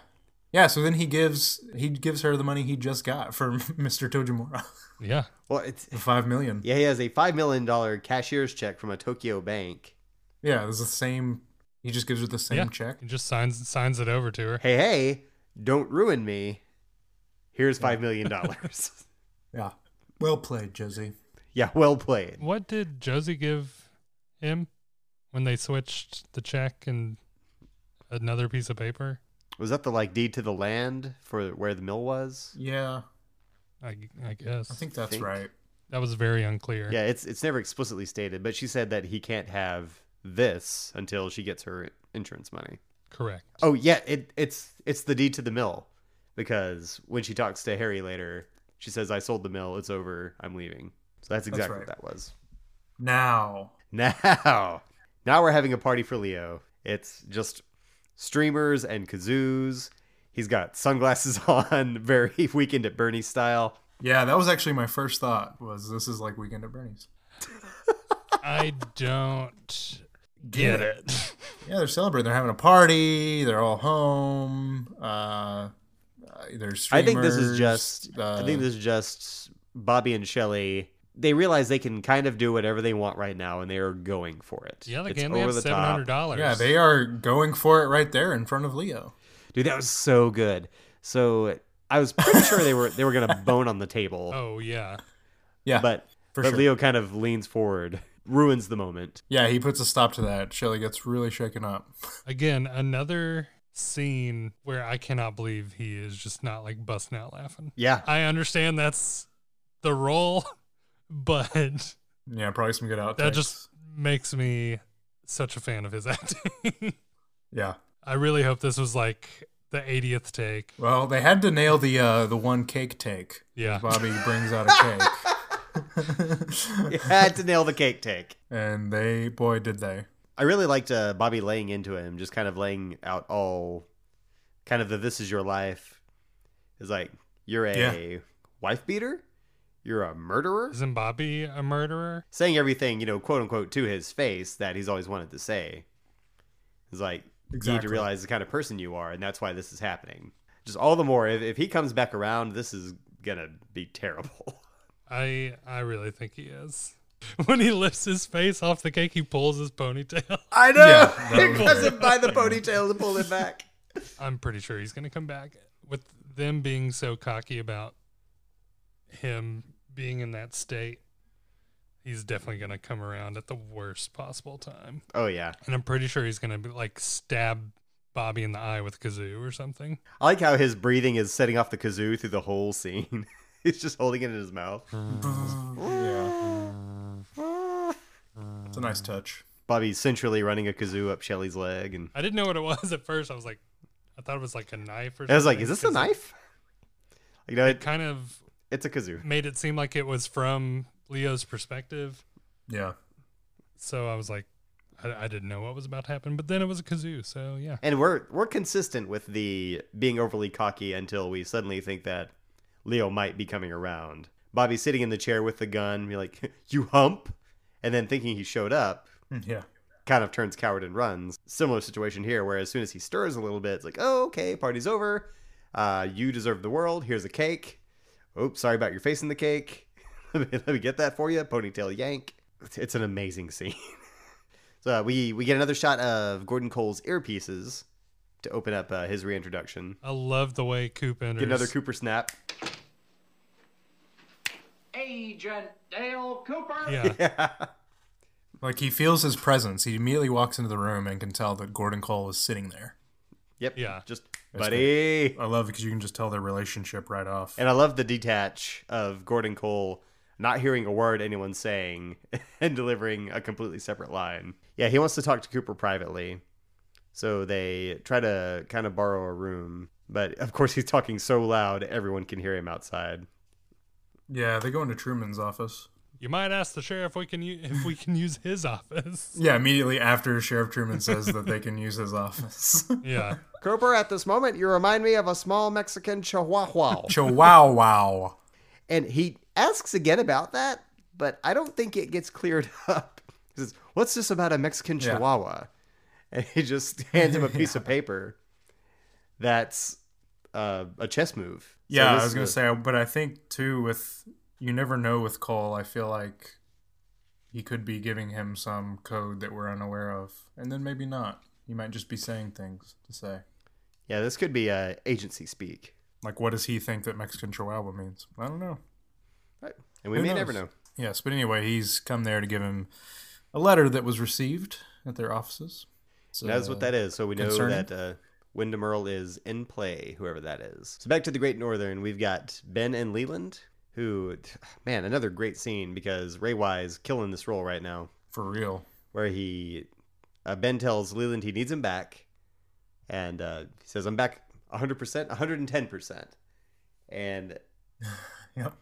S2: yeah. So then he gives he gives her the money he just got from Mr. Tojimura,
S3: Yeah.
S1: Well, it's
S2: the five million.
S1: yeah, he has a five million dollar cashier's check from a Tokyo bank.
S2: Yeah, it was the same. He just gives her the same
S3: yeah.
S2: check.
S3: He just signs signs it over to her.
S1: Hey, hey, don't ruin me. Here's five million dollars.
S2: Yeah. Well played, Josie.
S1: yeah, well played.
S3: What did Josie give him when they switched the check and another piece of paper?
S1: Was that the like deed to the land for where the mill was?
S2: Yeah,
S3: I, I guess.
S2: I think that's
S1: Think?
S2: right.
S3: that was very unclear.
S1: Yeah, it's it's never explicitly stated, but she said that he can't have this until she gets her insurance money.
S3: Correct.
S1: Oh yeah, it it's it's the deed to the mill because when she talks to Harry later, she says, "I sold the mill. It's over. I'm leaving." So that's exactly
S2: right.
S1: what that was.
S2: Now,
S1: Now, now we're having a party for Leo. It's just streamers and kazoos. He's got sunglasses on, very weekend at Bernie style.
S2: yeah, that was actually my first thought. Was this is like Weekend at Bernie's?
S3: I don't get it.
S2: Yeah, they're celebrating. They're having a party. They're all home. Uh, uh, there's.
S1: I think this is
S2: streamers,
S1: just.
S2: Uh,
S1: I think this is just Bobby and Shelley. They realize they can kind of do whatever they want right now, and they are going for it.
S3: The other
S1: It's
S3: game, they
S1: over
S3: have
S1: the
S3: seven
S1: top.
S3: hundred dollars.
S2: yeah, they are going for it right there in front of Leo.
S1: Dude, that was so good. So I was pretty sure they were they were gonna bone on the table,
S3: Oh yeah.
S2: Yeah,
S1: but
S2: for
S1: but
S2: sure.
S1: Leo kind of leans forward, ruins the moment.
S2: yeah, he puts a stop to that. Shelly gets really shaken up.
S3: Again, another scene where I cannot believe he is just not like busting out laughing.
S1: Yeah,
S3: I understand that's the role, but
S2: Yeah, probably some good outtakes.
S3: that just makes me such a fan of his acting.
S2: yeah.
S3: I really hope this was like the 80th take.
S2: Well, they had to nail the uh, the one cake take.
S3: Yeah.
S2: Bobby brings out a cake,
S1: You had to nail the cake take.
S2: and they boy did they.
S1: I really liked uh, Bobby laying into him, just kind of laying out all kind of the this is your life. Is like you're a
S2: Yeah.
S1: wife beater, you're a murderer,
S3: Isn't Bobby a murderer?
S1: saying everything you know, quote unquote, to his face that he's always wanted to say. It's like you need
S2: Exactly.
S1: to realize the kind of person you are, and that's why this is happening. Just all the more if, if he comes back around, this is gonna be terrible.
S3: I I really think he is. When he lifts his face off the cake, he pulls his ponytail.
S1: I know.
S2: Yeah, that
S1: he
S2: was
S1: grabs him by the ponytail to pull it back.
S3: I'm pretty sure he's going to come back with them being so cocky about him being in that state. He's definitely going to come around at the worst possible time.
S1: Oh yeah.
S3: And I'm pretty sure he's going to like stab Bobby in the eye with kazoo or something.
S1: I like how his breathing is setting off the kazoo through the whole scene. He's just holding it in his mouth.
S2: yeah, it's a nice touch.
S1: Bobby's centrally running a kazoo up Shelly's leg, and
S3: I didn't know what it was at first. I was like, I thought it was like a knife or something.
S1: I was like, "Is this a
S3: 'cause it
S1: knife?" You know, it,
S3: Kind of
S1: it's a kazoo.
S3: made it seem like it was from Leo's perspective.
S2: Yeah,
S3: So I was like, I, I didn't know what was about to happen. But then it was a kazoo. So yeah.
S1: And we're we're consistent with the being overly cocky until we suddenly think that Leo might be coming around. Bobby sitting in the chair with the gun, be like, "You hump," and then thinking he showed up,
S2: Mm, yeah.
S1: kind of turns coward and runs. Similar situation here, where as soon as he stirs a little bit, it's like, "Oh, okay, party's over. Uh, you deserve the world. Here's a cake. Oops, sorry about your face in the cake. let, me, let me get that for you. Ponytail yank. It's, it's an amazing scene." so uh, we we get another shot of Gordon Cole's earpieces to open up uh, his reintroduction.
S3: I love the way Coop enters.
S1: Get another Cooper snap.
S6: Agent Dale Cooper.
S3: Yeah.
S2: Like he feels his presence. He immediately walks into the room and can tell that Gordon Cole is sitting there.
S1: Yep.
S3: Yeah.
S1: Just buddy.
S2: I love it because you can just tell their relationship right off.
S1: And I love the detach of Gordon Cole not hearing a word anyone's saying and delivering a completely separate line. Yeah, he wants to talk to Cooper privately. So they try to kind of borrow a room. But of course, he's talking so loud, everyone can hear him outside.
S2: Yeah, they go into Truman's office.
S3: You might ask the sheriff we can u- if we can use his office.
S2: Yeah, immediately after Sheriff Truman says that they can use his office.
S3: Yeah.
S1: Cooper, at this moment, you remind me of a small Mexican chihuahua.
S2: Chihuahua. Wow.
S1: and he asks again about that, but I don't think it gets cleared up. He says, What's this about a Mexican
S2: Yeah.
S1: chihuahua? And he just hands him a piece of paper that's uh, a chess move. So
S2: Yeah,
S1: this
S2: I was
S1: is
S2: gonna
S1: a-
S2: say, but I think too with you never know with Cole. I feel like he could be giving him some code that we're unaware of, and then maybe not. He might just be saying things to say,
S1: Yeah, this could be uh, agency speak.
S2: like what does he think that Mexican Chihuahua means? I don't know.
S1: Right. And we
S2: Who
S1: may
S2: knows?
S1: never know.
S2: Yes, but anyway, he's come there to give him a letter that was received at their offices. So,
S1: That's what that is. So we know
S2: concerning.
S1: that uh, Wyndham Earl is in play, whoever that is. So back to the Great Northern, we've got Ben and Leland, who, man, another great scene because Ray Wise killing this role right now.
S2: for real.
S1: where he uh, Ben tells Leland he needs him back, and uh, he says, "I'm back 100 percent, 110 percent," and
S2: Yep.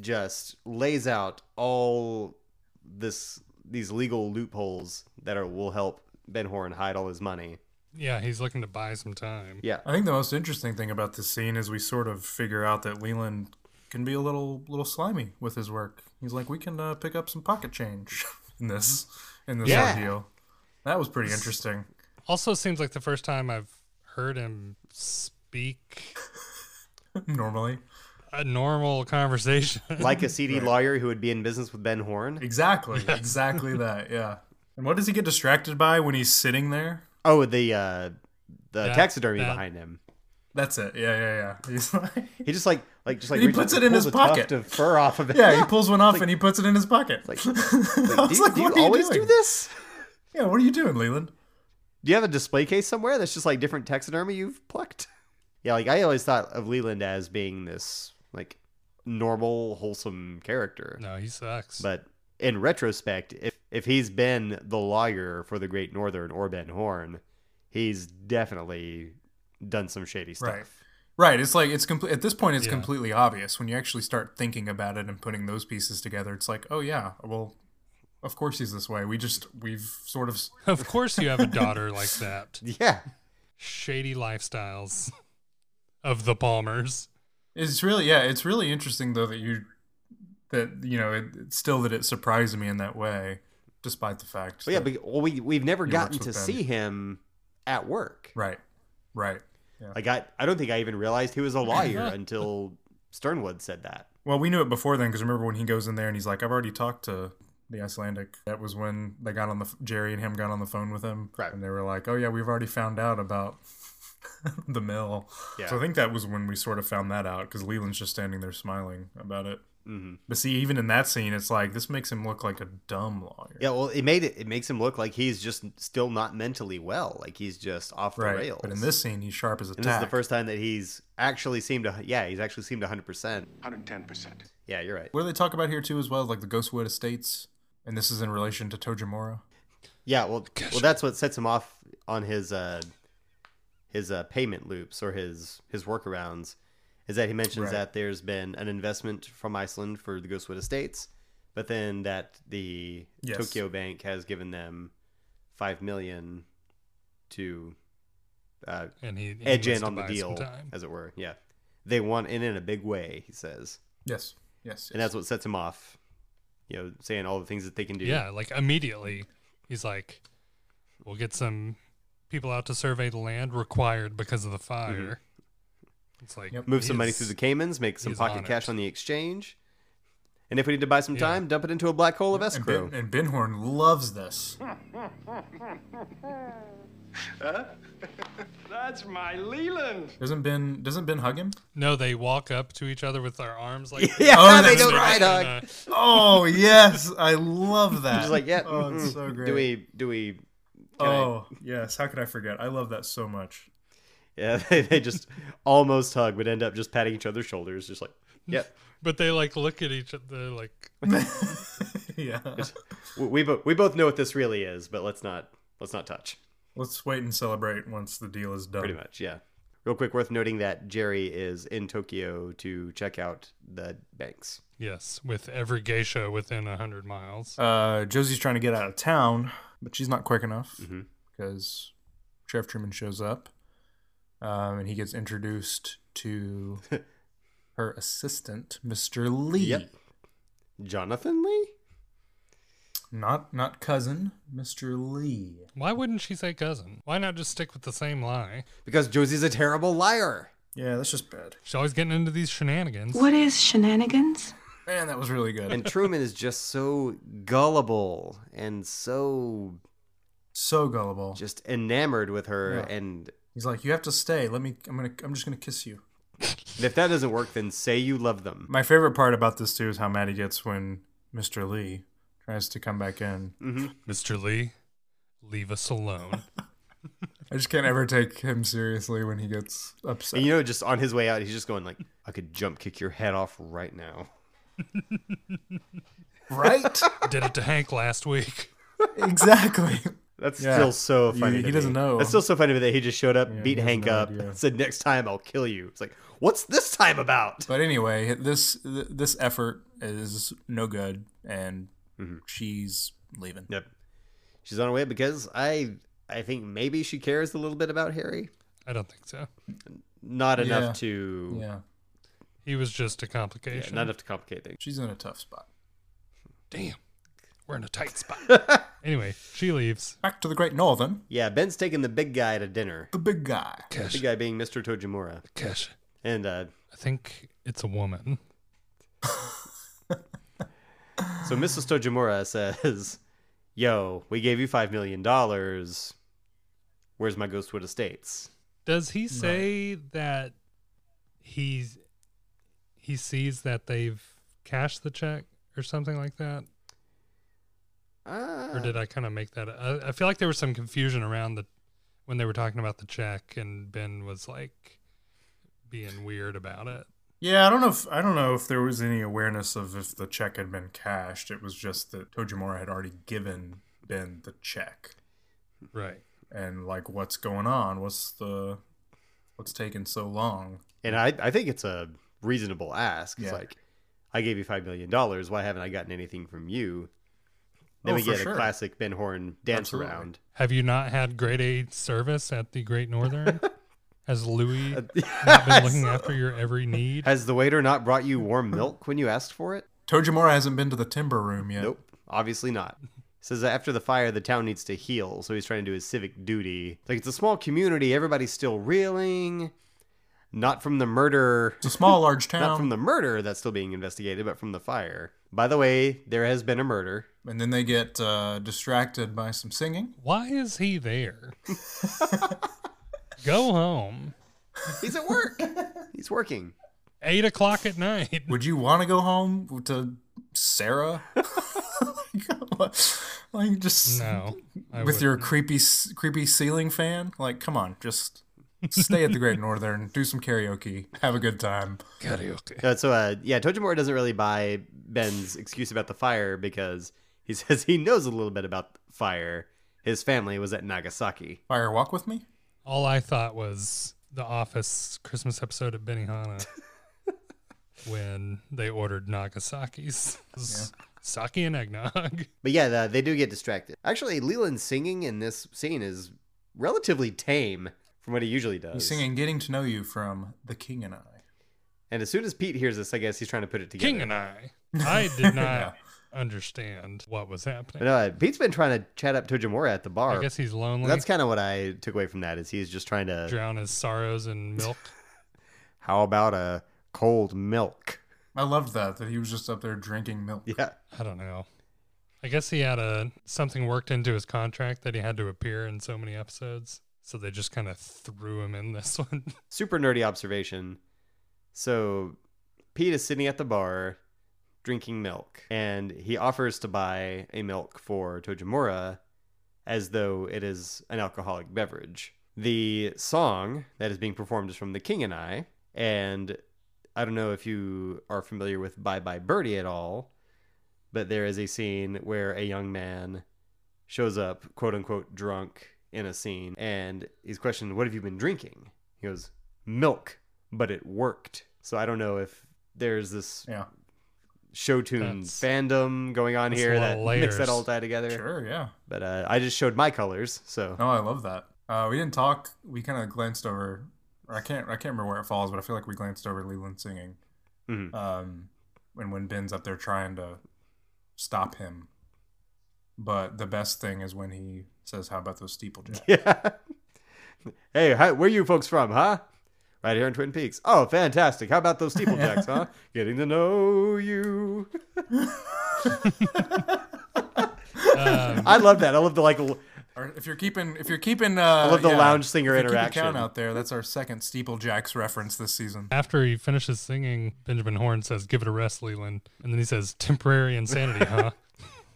S1: just lays out all this these legal loopholes that are will help Ben Horn hide all his money.
S3: Yeah, he's looking to buy some time.
S1: Yeah,
S2: I think the most interesting thing about this scene is we sort of figure out that Leland can be a little little slimy with his work. He's like, we can uh, pick up some pocket change in this in this
S1: Yeah.
S2: ordeal. That was pretty interesting.
S3: Also seems like the first time I've heard him speak
S2: Normally,
S3: a normal conversation.
S1: like a seedy lawyer who would be in business with Ben Horn.
S2: exactly, exactly that. Yeah. And what does he get distracted by when he's sitting there?
S1: Oh, the uh, the
S3: That-
S1: taxidermy
S3: that-
S1: behind him.
S2: That's it. Yeah, yeah, yeah. He's like,
S1: He just like like just like
S2: He
S1: reaches
S2: puts
S1: up
S2: it
S1: and
S2: in his
S1: pulls a
S2: pocket.
S1: tuft of fur off of it.
S2: yeah, he pulls one off
S1: Like-
S2: and he puts it in his pocket.
S1: like-
S2: I
S1: do
S2: was
S1: you,
S2: like,
S1: do you
S2: what are you
S1: always
S2: doing?
S1: do this?
S2: Yeah, what are you doing, Leland?
S1: Do you have a display case somewhere that's just like different taxidermy you've plucked? Yeah, like I always thought of Leland as being this like normal, wholesome character.
S3: No, he sucks.
S1: But in retrospect, if if he's been the lawyer for the Great Northern or Ben Horn, he's definitely done some shady stuff.
S2: Right. Right. It's like it's complete at this point it's
S3: Yeah.
S2: completely obvious when you actually start thinking about it and putting those pieces together. It's like, "Oh yeah, well of course he's this way. We just we've sort of
S3: of course, you have a daughter like that.
S1: Yeah.
S3: Shady lifestyles of the Palmers.
S2: It's really yeah, it's really interesting though that you that you know, it, it's still that it surprised me in that way despite the fact
S1: Well, yeah,
S2: that-
S1: but well, we we've never
S2: He
S1: gotten
S2: works
S1: to
S2: with
S1: see him at work.
S2: right. Right.
S1: Like I, I don't think I even realized he was a lawyer until Sternwood said that.
S2: Well, we knew it before then because remember when he goes in there and he's like, "I've already talked to the Icelandic." That was when they got on the Jerry and him got on the phone with him,
S1: Right.
S2: And they were like, "Oh yeah, we've already found out about the mill."
S1: Yeah.
S2: So I think that was when we sort of found that out because Leland's just standing there smiling about it.
S1: hmm
S2: But see, even in that scene, it's like this makes him look like a dumb lawyer.
S1: Yeah, well, it made it. It makes him look like he's just still not mentally well. Like he's just off the
S2: Right,
S1: rails.
S2: but in this scene, he's sharp as a
S1: and this is the
S2: tack.
S1: first time that he's actually seemed to. Yeah, he's actually seemed 100. percent
S6: 110%.
S1: Yeah, you're right.
S2: What do they talk about here too, as well, like the Ghostwood Estates, and this is in relation to Tojimura.
S1: Yeah, well, well, that's what sets him off on his uh his uh payment loops or his his workarounds is that he mentions
S2: Right.
S1: that there's been an investment from Iceland for the Ghostwood Estates, but then that the
S2: Yes.
S1: Tokyo Bank has given them five million to uh,
S3: And he, he
S1: edge
S3: wants
S1: in
S3: to
S1: on the
S3: buy some
S1: deal,
S3: time.
S1: as it were. Yeah, they want in in a big way, he says,
S2: Yes, yes,
S1: and
S2: yes.
S1: that's what sets him off. You know, saying all the things that they can do.
S3: Yeah, like immediately, he's like, "We'll get some people out to survey the land required because of the fire." It's like
S2: Yep.
S1: Mm-hmm. Move
S3: he
S1: some money
S3: is-
S1: through the Caymans, make some
S3: he's
S1: pocket
S3: on it.
S1: cash on the exchange. And if we need to buy some
S3: Yeah.
S1: time, dump it into a black hole of
S2: And
S1: escrow.
S2: ben, and ben Horn loves this.
S6: That's my Leland.
S2: Doesn't Ben doesn't Ben hug him?
S3: No, they walk up to each other with their arms like
S1: yeah,
S2: Oh,
S1: they
S2: that's
S1: go
S2: right.
S1: right on.
S3: Uh,
S2: Oh yes, I love that.
S1: Just like, yeah.
S2: oh,
S1: mm-mm.
S2: it's so great.
S1: Do we, do we, can I-
S2: oh yes, how could I forget? I love that so much.
S1: yeah, they, they just almost hug, but end up just patting each other's shoulders, just like, yep,
S3: but they like look at each other like
S2: yeah.
S1: we, we, bo- we both know what this really is, but let's not, let's not touch.
S2: Let's wait and celebrate once the deal is done.
S1: Pretty much, yeah. Real quick, worth noting that Jerry is in Tokyo to check out the banks.
S3: yes, with every geisha within a hundred miles.
S2: Uh, Josie's trying to get out of town, but she's not quick enough
S1: Mhm.
S2: because Sheriff Truman shows up, um, and he gets introduced to her assistant, Mister Lee.
S1: Yep. Jonathan Lee?
S2: Not not cousin, Mister Lee.
S3: Why wouldn't she say cousin? Why not just stick with the same lie?
S1: Because Josie's a terrible liar.
S2: Yeah, that's just bad.
S3: She's always getting into these shenanigans.
S7: What is shenanigans?
S2: Man, that was really good.
S1: and Truman is just so gullible and so
S2: so gullible.
S1: just enamored with her.
S2: Yeah.
S1: And
S2: He's like, "You have to stay. Let me. I'm gonna. I'm just gonna kiss you."
S1: if that doesn't work, then say you love them.
S2: My favorite part about this too is how mad he gets when Mr. Lee tries to come back in.
S3: Mr. Lee, leave us alone.
S2: I just can't ever take him seriously when he gets
S1: And
S2: upset.
S1: you know, just on his way out, he's just going like, "I could jump kick your head off right now."
S2: right?
S3: Did it to Hank last week.
S2: exactly.
S1: That's
S2: Yeah.
S1: still so
S2: He-
S1: funny.
S2: he
S1: to
S2: doesn't
S1: me.
S2: know.
S1: That's still so funny that he just showed up,
S2: Yeah,
S1: beat
S2: he has
S1: Hank
S2: no
S1: up,
S2: idea.
S1: said, "Next time I'll kill you." It's like, what's this time about?
S2: But anyway, this th- this effort is no good, and she's leaving.
S1: Yep. She's on her way because I, I think maybe she cares a little bit about Harry,
S3: I don't think so.
S1: not enough
S2: Yeah.
S1: to,
S2: Yeah,
S3: He was just a
S1: yeah,
S3: complication.
S1: not enough to complicate things.
S2: she's in a tough spot.
S3: Damn, we're in a tight spot. anyway, she leaves.
S2: Back to the Great Northern,
S1: Yeah, Ben's taking the big guy to dinner.
S2: the big guy.
S1: The
S3: Kesha,
S1: guy being Mr. Tojimura.
S3: Kesha.
S1: And uh,
S3: I think it's a woman.
S1: so Mrs. Tojimura says, Yo, we gave you $5 million. Where's my Ghostwood Estates?
S3: Does he say that he's he sees that they've cashed the check or something like that?
S1: Uh,
S3: Or did I kind of make that? I, I feel like there was some confusion around the when they were talking about the check, and Ben was like being weird about it.
S2: Yeah, I don't know if I don't know if there was any awareness of if the check had been cashed. It was just that Tojimura had already given Ben the check.
S3: Right.
S2: And like what's going on? What's the what's taking so long?
S1: and I, I think it's a reasonable ask. It's
S2: Yeah.
S1: like, I gave you $5 million. Why haven't I gotten anything from you? Then
S2: Oh,
S1: we
S2: for
S1: get a
S2: sure.
S1: classic Ben Horn dance
S2: Absolutely.
S1: around.
S3: Have you not had grade A service at the Great Northern? Has Louis not been
S1: Yes.
S3: looking after your every need?
S1: Has the waiter not brought you warm milk when you asked for it?
S2: Tojimura hasn't been to the timber room yet.
S1: Nope, obviously not. Says that after the fire, the town needs to heal, so he's trying to do his civic duty. Like it's a small community, everybody's still reeling, not from the murder,
S2: It's a small large
S1: not
S2: town.
S1: from the murder that's still being investigated, but from the fire. By the way, there has been a murder.
S2: and then they get uh, distracted by some singing.
S3: Why is he there? Go home.
S1: He's at work. he's working.
S3: Eight o'clock at night.
S2: Would you want to go home to Sarah? like just
S3: No. I
S2: with
S3: would-
S2: your creepy s- creepy ceiling fan like come on just stay at the great northern do some karaoke have a good time
S3: karaoke.
S1: Uh, so uh, yeah, Tojimura doesn't really buy Ben's excuse about the fire because he says he knows a little bit about fire. His family was at Nagasaki.
S2: fire walk with me
S3: All I thought was the Office Christmas episode of Benihana when they ordered Nagasaki's sake and eggnog.
S1: But yeah, the, they do get distracted. Actually, Leland's singing in this scene is relatively tame from what he usually does.
S2: he's singing getting to know you from the king and i
S1: And as soon as Pete hears this, I guess he's trying to put it together.
S3: King and I. I did not understand what was
S1: But
S3: happening.
S1: no, uh, Pete's been trying to chat up Tojimura at the bar.
S3: I guess he's lonely.
S1: That's kind of what I took away from that is he's just trying to
S3: drown his sorrows in milk.
S1: how about a cold milk?
S2: i loved that that he was just up there drinking milk
S1: Yeah.
S3: I don't know. I guess he had a something worked into his contract that he had to appear in so many episodes. So they just kind of threw him in this one.
S1: super nerdy observation. So Pete is sitting at the bar drinking milk, and he offers to buy a milk for Tojimura as though it is an alcoholic beverage. The song that is being performed is from The King and I, and I don't know if you are familiar with Bye Bye Birdie at all, but there is a scene where a young man shows up, quote unquote, drunk in a scene, and he's questioned, What have you been drinking? He goes, Milk, but it worked. So I don't know if there's this
S2: yeah
S1: show tune
S3: That's-
S1: fandom going on
S3: that's a
S1: here
S3: lot
S1: that
S3: of
S1: makes that
S3: layers.
S1: all tie together.
S2: sure yeah
S1: But uh, I just showed my colors, so
S2: no i love that uh, we didn't talk we kind of glanced over or i can't i can't remember where it falls but i feel like we glanced over leland singing
S1: Mhm.
S2: um and when ben's up there trying to stop him but the best thing is when he says how about those steeplejacks
S1: yeah. hey, hi, where you folks from, huh? Right here in Twin Peaks. Oh, fantastic! How about those steeplejacks, huh? Getting to know you.
S3: Um,
S1: I love that. I love the like. l-
S2: Or if you're keeping, if you're keeping, uh, I
S1: love the lounge singer interaction.
S2: Count out there. That's our second Steeplejacks reference this season.
S3: after he finishes singing, Benjamin Horn says, "Give it a rest, Leland," and then he says, "Temporary insanity, huh?"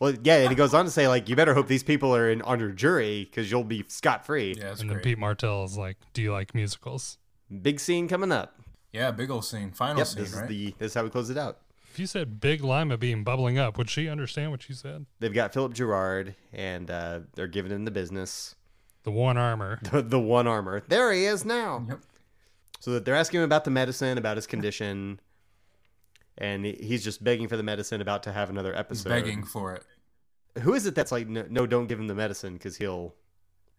S1: Well, yeah, and he goes on to say like, you better hope these people are in on your jury because you'll be scot free.
S2: Yeah, that's
S3: and then
S2: great.
S3: Pete Martell is like, "Do you like musicals?"
S1: Big scene coming up.
S2: yeah, big old scene, final
S1: Yep,
S2: scene,
S1: this
S2: right?
S1: is the this is how we close it out.
S3: If you said "Big Lima Bean bubbling up," would she understand what you said?
S1: They've got Philip Gerard, and uh, they're giving him the business.
S3: The one armor.
S1: The, the one armor. There he is now.
S2: Yep.
S1: So that they're asking him about the medicine, about his condition, and he- he's just begging for the medicine. About to have another
S2: He's
S1: episode.
S2: begging for it.
S1: Who is it that's like, no, no don't give him the medicine because he'll,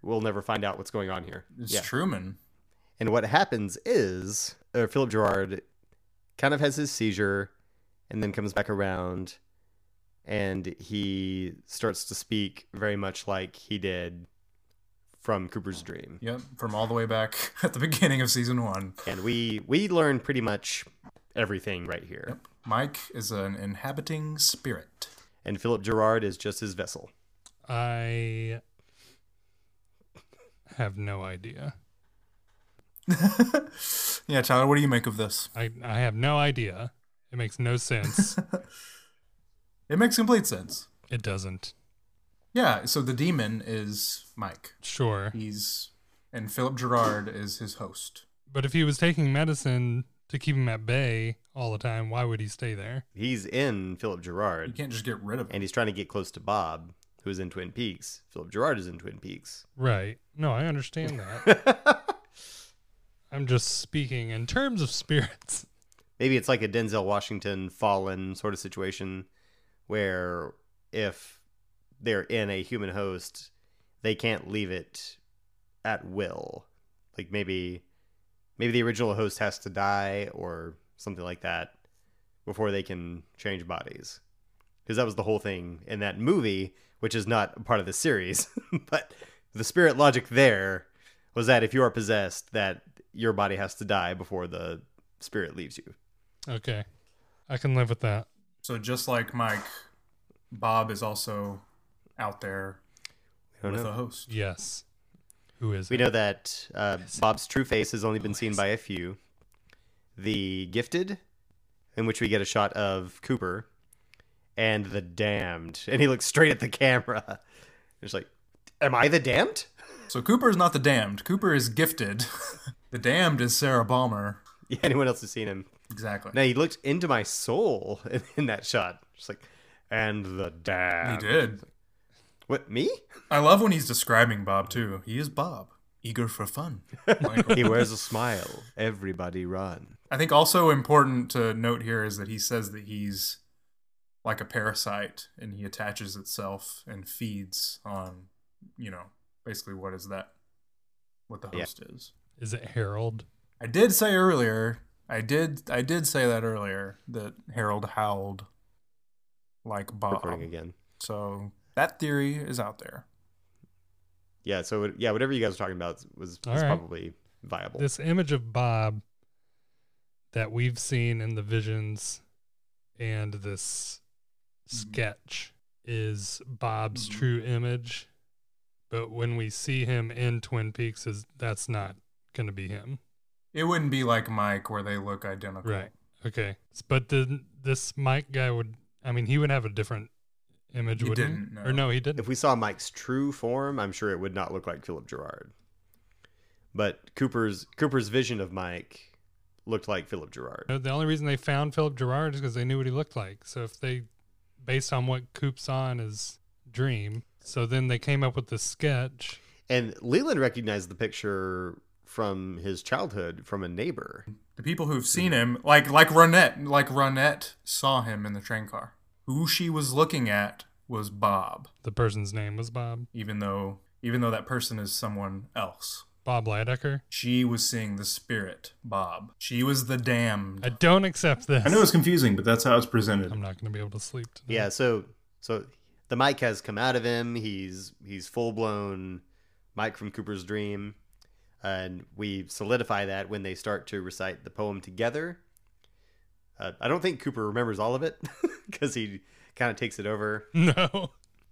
S1: we'll never find out what's going on here.
S2: It's Truman.
S1: And what happens is uh, Philip Gerard kind of has his seizure and then comes back around and he starts to speak very much like he did from Cooper's Dream.
S2: Yep, from all the way back at the beginning of season one.
S1: And we we learn pretty much everything right here.
S2: Mike is an inhabiting spirit.
S1: And Philip Gerard is just his vessel.
S3: I have no idea.
S2: yeah, Tyler, what do you make of this?
S3: I, I have no idea. It makes no sense.
S2: It makes complete sense.
S3: it doesn't.
S2: Yeah, so the demon is Mike.
S3: Sure.
S2: He's and Philip Gerard is his host.
S3: But if he was taking medicine to keep him at bay all the time, why would he stay there?
S1: He's in Philip
S2: You
S1: Gerard,
S2: can't just get rid of him.
S1: and he's trying to get close to Bob, who is in Twin Peaks. Philip Gerard is in Twin Peaks.
S3: Right. No, I understand that. I'm just speaking in terms of spirits.
S1: Maybe it's like a Denzel Washington fallen sort of situation, where if they're in a human host, they can't leave it at will. Like maybe, maybe the original host has to die or something like that before they can change bodies. because that was the whole thing in that movie, which is not a part of the series. but the spirit logic there was that if you are possessed, that your body has to die before the spirit leaves you.
S3: Okay. I can live with that.
S2: So just like Mike, Bob is also out there
S1: We
S2: with
S1: don't
S2: a
S1: know.
S2: host.
S3: Yes. Who is
S1: Oh, We
S3: it?
S1: know that uh, Bob's true face has only been seen by a few. The Gifted, in which we get a shot of Cooper, and the Damned, and he looks straight at the camera. It's like, am I the Damned?
S2: So Cooper is not the damned. Cooper is gifted. the damned is Sarah Balmer.
S1: Yeah, anyone else has seen him?
S2: Exactly.
S1: Now he looked into my soul in, in that shot. Just like, and the
S2: He
S1: dad.
S2: did.
S1: What, me?
S2: I love when he's describing Bob too. He is Bob, eager for fun. Like,
S1: He wears a smile. Everybody run.
S2: I think also important to note here is that he says that he's like a parasite and he attaches itself and feeds on, you know, basically what is that? What the
S1: Yeah.
S2: host is.
S3: Is it Harold?
S2: I did say earlier, I did I did say that earlier that Harold howled like Bob.
S1: Recording again.
S2: So that theory is out there.
S1: Yeah, so it- yeah, whatever you guys were talking about was,
S3: All
S1: was
S3: right.
S1: probably viable.
S3: This image of Bob that we've seen in the visions and this sketch is Bob's true image. But when we see him in Twin Peaks, is that's not going to be him,
S2: It wouldn't be like Mike where they look identical.
S3: right? Okay, S- but the this Mike guy would. I mean, he would have a different image,
S2: He
S3: wouldn't
S2: didn't, no.
S3: Or no, he didn't.
S1: If we saw Mike's true form, I'm sure it would not look like Philip Gerard. But Cooper's Cooper's vision of Mike looked like Philip Gerard.
S3: No, The only reason they found Philip Gerard is because they knew what he looked like. So if they, based on what Coop saw in his dream, so then they came up with the sketch.
S1: And Leland recognized the picture from his childhood from a neighbor.
S2: The people who've seen him, like like Ronette, like Ronette saw him in the train car. Who she was looking at was Bob,
S3: The person's name was Bob
S2: even though even though that person is someone else.
S3: Bob Lydecker.
S2: She was seeing the spirit, Bob. She was the damned.
S3: I don't accept this.
S7: I know it's confusing, but that's how it's presented.
S3: I'm not going to be able to sleep tonight.
S1: Yeah, so so the mic has come out of him. He's he's full blown Mike from Cooper's Dream, and we solidify that when they start to recite the poem together. Uh, I don't think Cooper remembers all of it because he kind of takes it over.
S3: No.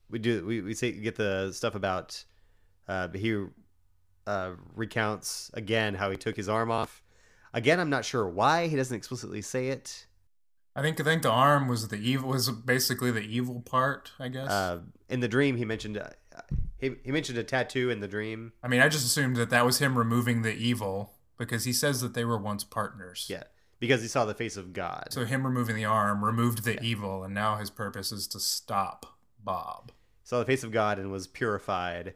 S1: We do we we say, get the stuff about uh, he uh, recounts again how he took his arm off. Again, I'm not sure why he doesn't explicitly say it.
S2: I think I think the arm was the evil was basically the evil part, I guess.
S1: Uh, in the dream, he mentioned uh, he, he mentioned a tattoo in the dream.
S2: I mean, I just assumed that that was him removing the evil because he says that they were once partners.
S1: Yeah, because he saw the face of God.
S2: So him removing the arm removed the evil, and now his purpose is to stop Bob.
S1: saw the face of God and was purified.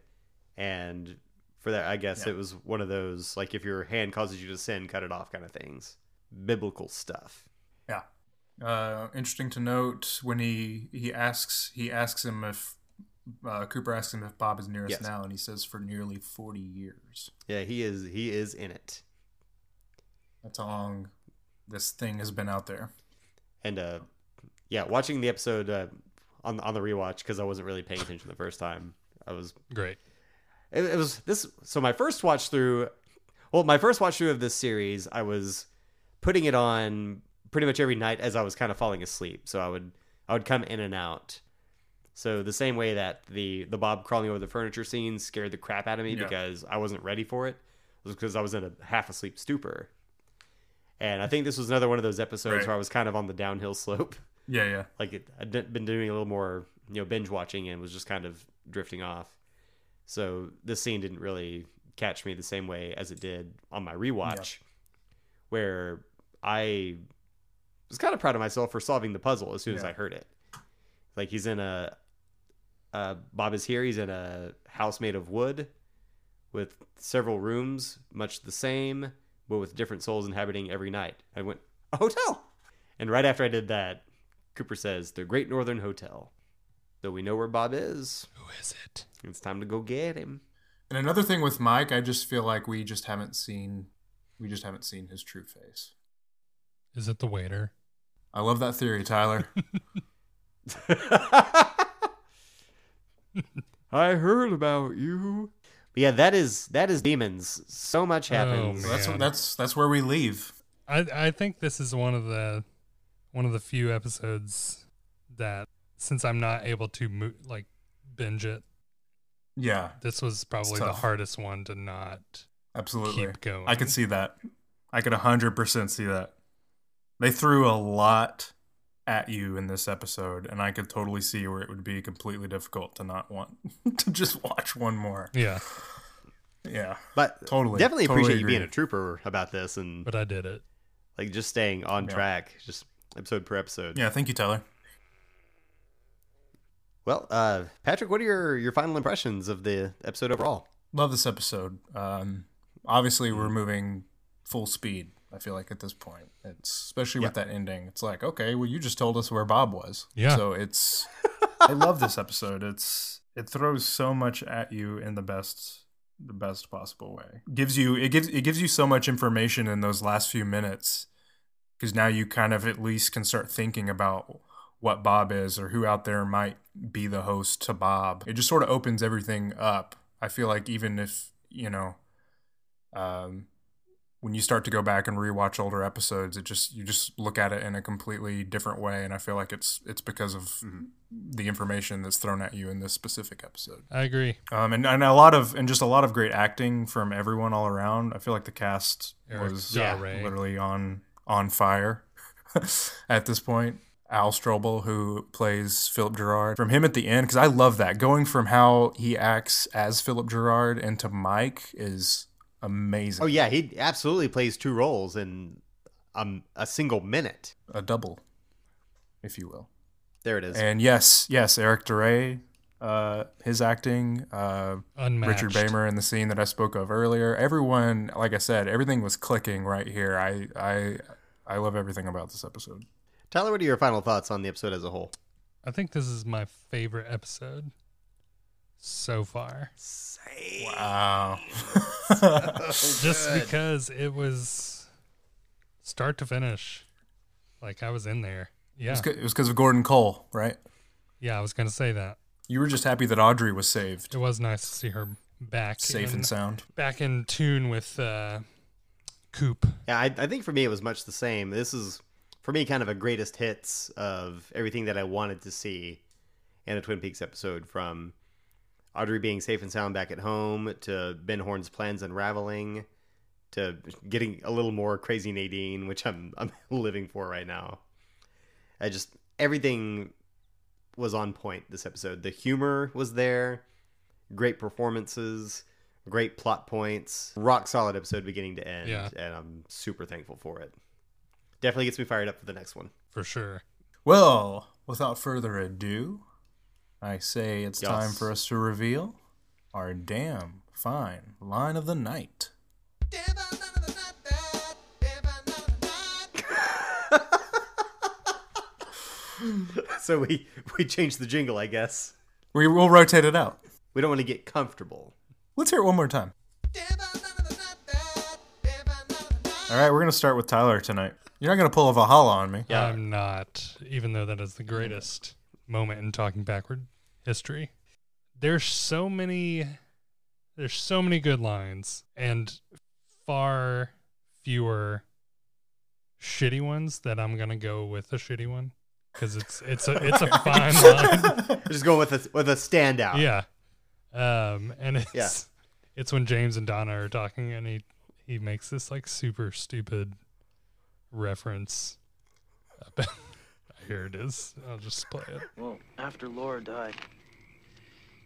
S1: And for that, I guess
S2: Yeah.
S1: it was one of those like if your hand causes you to sin, cut it off kind of things. Biblical stuff.
S2: Yeah. Uh, interesting to note when he he asks he asks him if uh, Cooper asks him if Bob is near us
S1: Yes.
S2: now, and he says for nearly forty years.
S1: Yeah, he is. He is in it.
S2: That's how long this thing has been out there.
S1: And uh, yeah, watching the episode uh, on on the rewatch because I wasn't really paying attention the first time. I was
S3: Great.
S1: it, it was this so my first watch through well my first watch through of this series i was putting it on pretty much every night as i was kind of falling asleep so i would i would come in and out so the same way that the the bob crawling over the furniture scene scared the crap out of me
S2: Yeah.
S1: because i wasn't ready for it i was because I was in a half asleep stupor. And I think this was another one of those episodes
S2: Right.
S1: where I was kind of on the downhill slope.
S2: Yeah, yeah.
S1: Like it, I'd d- been doing a little more, you know, binge watching and was just kind of drifting off. So this scene didn't really catch me the same way as it did on my rewatch, where I was kind of proud of myself for solving the puzzle as soon as
S2: Yeah.
S1: I heard it. Like he's in a, uh, Bob is here. He's in a house made of wood, with several rooms much the same, but with different souls inhabiting every night. I went a hotel, and right after I did that, Cooper says the Great Northern Hotel. Though we know where Bob is,
S3: Who is it?
S1: it's time to go get him.
S2: And another thing with Mike, I just feel like we just haven't seen we just haven't seen his true face.
S3: Is it the waiter?
S2: I love that theory, Tyler.
S1: I heard about you. But yeah, that is that is demons. So much
S3: Oh,
S1: happens.
S2: So that's
S3: Man.
S2: that's that's where we leave.
S3: I I think this is one of the one of the few episodes that since I'm not able to mo- like binge it,
S2: Yeah,
S3: this was probably the
S2: tough.
S3: hardest one to not.
S2: absolutely.
S3: Keep going.
S2: I could see that. I could 100% see that. They threw a lot at you in this episode and I could totally see where it would be completely difficult to not want to just watch one more.
S3: Yeah,
S2: Yeah.
S1: but
S2: Totally,
S1: definitely
S2: totally
S1: appreciate you
S2: agree.
S1: being a trooper about this and
S3: but I did it.
S1: like just staying on
S2: Yeah.
S1: track, just episode per episode.
S2: Yeah, thank you, Tyler.
S1: Well, uh, Patrick, what are your your final impressions of the episode overall?
S2: Love this episode. Um, obviously,
S1: Mm.
S2: we're moving full speed. I feel like at this point, it's especially with that ending. It's like, okay, well, you just told us where Bob was.
S3: Yeah.
S2: So it's. I love this episode. It's it throws so much at you in the best the best possible way. Gives you it gives it gives you so much information in those last few minutes because now you kind of at least can start thinking about what Bob is or who out there might be the host to Bob. It just sort of opens everything up. I feel like even if, you know, um, when you start to go back and rewatch older episodes, it just you just look at it in a completely different way, and I feel like it's it's because of
S3: Mm-hmm.
S2: the information that's thrown at you in this specific episode,
S3: I agree.
S2: um, and and a lot of and just a lot of great acting from everyone all around. I feel like the cast
S3: Eric
S2: was
S3: Ja Ray.
S2: literally on on fire at this point. Al Strobel, who plays Philip Gerard, from him at the end, because I love that going from how he acts as Philip Gerard into Mike is amazing.
S1: Oh yeah, he absolutely plays two roles in um a single minute.
S2: a double, if you will.
S1: There it is.
S2: And yes, yes, Eric DeRay, uh, his acting, uh,
S3: Unmatched.
S2: Richard Bamer in the scene that I spoke of earlier. Everyone, like I said, everything was clicking right here. I, I, I love everything about this episode.
S1: Tyler, what are your final thoughts on the episode as a whole?
S3: I think this is my favorite episode so far.
S2: Wow.
S3: Just because it was start to finish. Like I was in there. Yeah.
S2: It was because of Gordon Cole, right?
S3: Yeah, I was going to say that.
S2: You were just happy that Audrey was saved,
S3: It was nice to see her back
S2: safe
S3: in,
S2: and sound.
S3: back in tune with uh Coop.
S1: Yeah, I, I think for me it was much the same. This is for me kind of a greatest hits of everything that I wanted to see in a Twin Peaks episode from Audrey being safe and sound back at home to Ben Horn's plans unraveling to getting a little more crazy Nadine, which I'm I'm living for right now. I just everything was on point this episode. The humor was there, great performances, great plot points, rock solid episode beginning to end,
S3: Yeah.
S1: and I'm super thankful for it. Definitely gets me fired up for the next one.
S3: For sure.
S2: Well, without further ado, I say it's
S1: Yes.
S2: time for us to reveal our damn fine line of the night.
S1: So we we changed the jingle, I guess.
S2: We will rotate it out.
S1: We don't want to get comfortable.
S2: Let's hear it one more time. All right, we're gonna start with Tyler tonight. You're not gonna pull a Valhalla on me.
S1: Yeah.
S3: I'm not, even though that is the greatest moment in talking backward history. There's so many there's so many good lines and far fewer shitty ones that I'm gonna go with a shitty one. Because it's it's a it's a fine line.
S1: We're just going with a with a standout.
S3: Yeah. Um, and it's
S1: Yeah.
S3: it's when James and Donna are talking, and he he makes this like super stupid reference. About, here it is. I'll just play it.
S8: Well, after Laura died,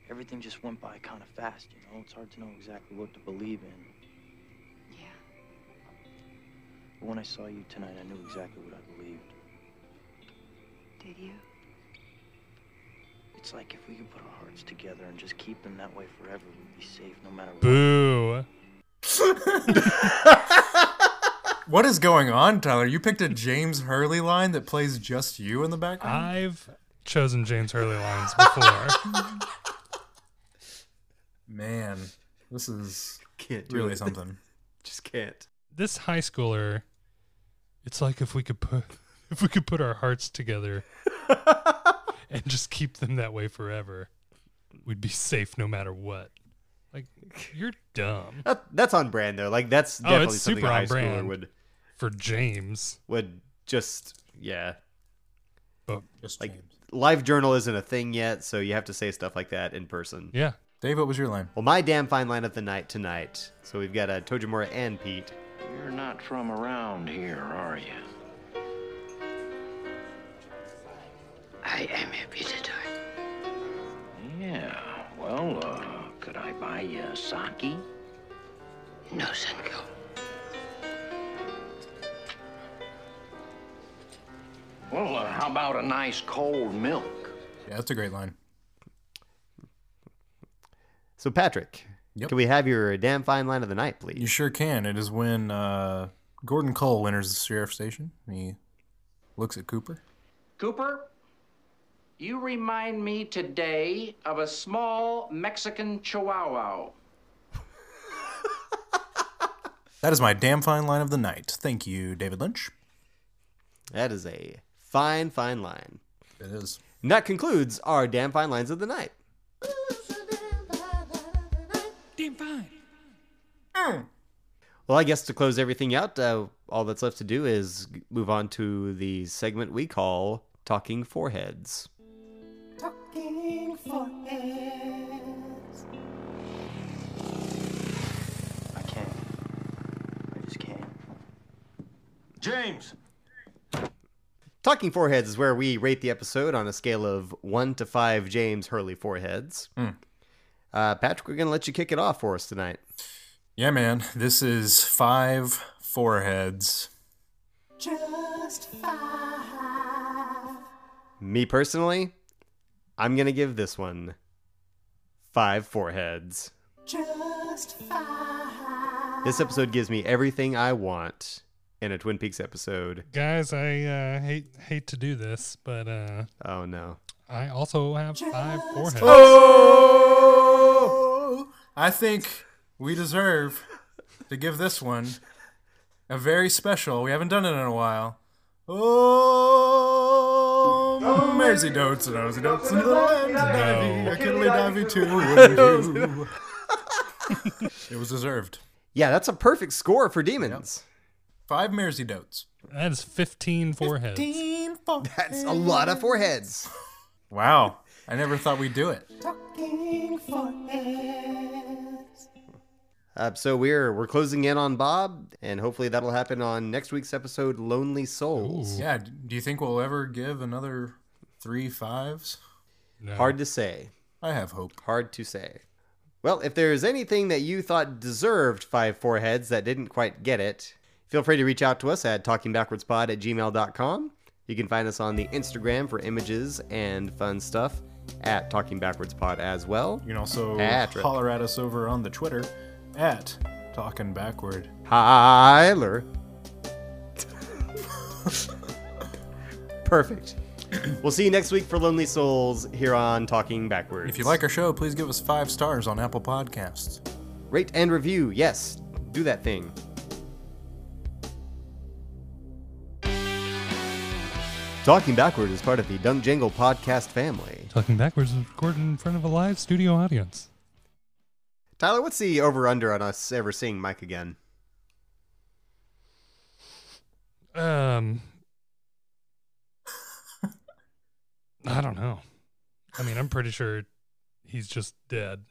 S8: everything just went by kind of fast, you know? It's hard to know exactly what to believe in.
S9: Yeah.
S8: But when I saw you tonight, I knew exactly what I believed.
S9: Did you?
S8: It's like if we could put our hearts together and just keep them that way forever, we'd be safe no matter what.
S3: Boo.
S2: What is going on, Tyler? You picked a James Hurley line that plays just you in the background.
S3: I've chosen James Hurley lines before.
S2: Man, this is
S1: Can't do
S2: really
S1: it.
S2: something.
S1: Just can't.
S3: this high schooler, it's like if we could put if we could put our hearts together and just keep them that way forever, we'd be safe no matter what. Like you're dumb
S1: That, that's on brand though. Like that's
S3: Oh,
S1: definitely
S3: it's
S1: something a
S3: super
S1: high
S3: on
S1: schooler
S3: brand.
S1: would
S3: for James.
S1: would just yeah.
S2: Just
S1: Like-
S2: James.
S1: Live journal isn't a thing yet, so you have to say stuff like that in person.
S3: Yeah.
S2: Dave, what was your line?
S1: Well, my damn fine line of the night tonight. So we've got uh, Tojimura and Pete.
S6: You're not from around here, are you?
S9: I am a visitor.
S6: Yeah. Well, uh, could I buy you a sake?
S9: No, Senko.
S6: Well, uh, how about a nice cold milk?
S2: Yeah, that's a great line.
S1: So Patrick,
S2: Yep.
S1: can we have your damn fine line of the night, please?
S2: You sure can. It is when uh, Gordon Cole enters the sheriff station. and He looks at Cooper.
S10: Cooper, you remind me today of a small Mexican chihuahua.
S2: That is my damn fine line of the night. Thank you, David Lynch.
S1: That is a fine, fine line.
S2: It is.
S1: And that concludes our damn fine lines of the night.
S2: Mm.
S1: Well, I guess to close everything out, uh, all that's left to do is g- move on to the segment we call Talking Foreheads.
S8: I can't. I just can't.
S6: James!
S1: Talking Foreheads is where we rate the episode on a scale of 1 to 5 James Hurley foreheads. Uh, Patrick, we're going to let you kick it off for us tonight.
S2: Yeah, man. This is five foreheads.
S1: Me personally, I'm going to give this one 5 foreheads. This episode gives me everything I want in a Twin Peaks episode.
S3: Guys, I uh, hate hate to do this, but uh,
S1: Oh no.
S3: I also have five foreheads.
S2: Oh! I think we deserve to give this one a very special. We haven't done it in a while. Oh, mercy dotes and nosy dotes and little and divey, a kiddly divey too. wouldn't you? It was deserved.
S1: Yeah, that's a perfect score for demons.
S2: Five mercy dotes.
S3: That is fifteen foreheads.
S2: Dean Fo-
S1: That's a lot of foreheads.
S2: Wow. I never thought we'd do it.
S1: Uh, so we're we're closing in on Bob, and hopefully that'll happen on next week's episode, Lonely Souls.
S2: Yeah. d- Do you think we'll ever give another three fives?
S3: No.
S1: Hard to say.
S2: I have hope.
S1: Hard to say. Well, if there's anything that you thought deserved five foreheads that didn't quite get it, feel free to reach out to us at talkingbackwardspod at gmail.com. You can find us on the Instagram for images and fun stuff at talkingbackwardspod as well.
S2: You can also
S1: Patrick.
S2: holler at us over on the Twitter at Talking Backward.
S1: Tyler. Perfect. We'll see you next week for Lonely Souls here on Talking Backwards.
S2: If you like our show, please give us five stars on Apple Podcasts.
S1: rate and review. Yes, do that thing. Talking Backward is part of the Dunk Jangle podcast family.
S3: Talking backwards is recorded in front of a live studio audience.
S1: Tyler, what's the over under on us ever seeing Mike again?
S3: Um, I don't know. I mean, I'm pretty sure he's just dead.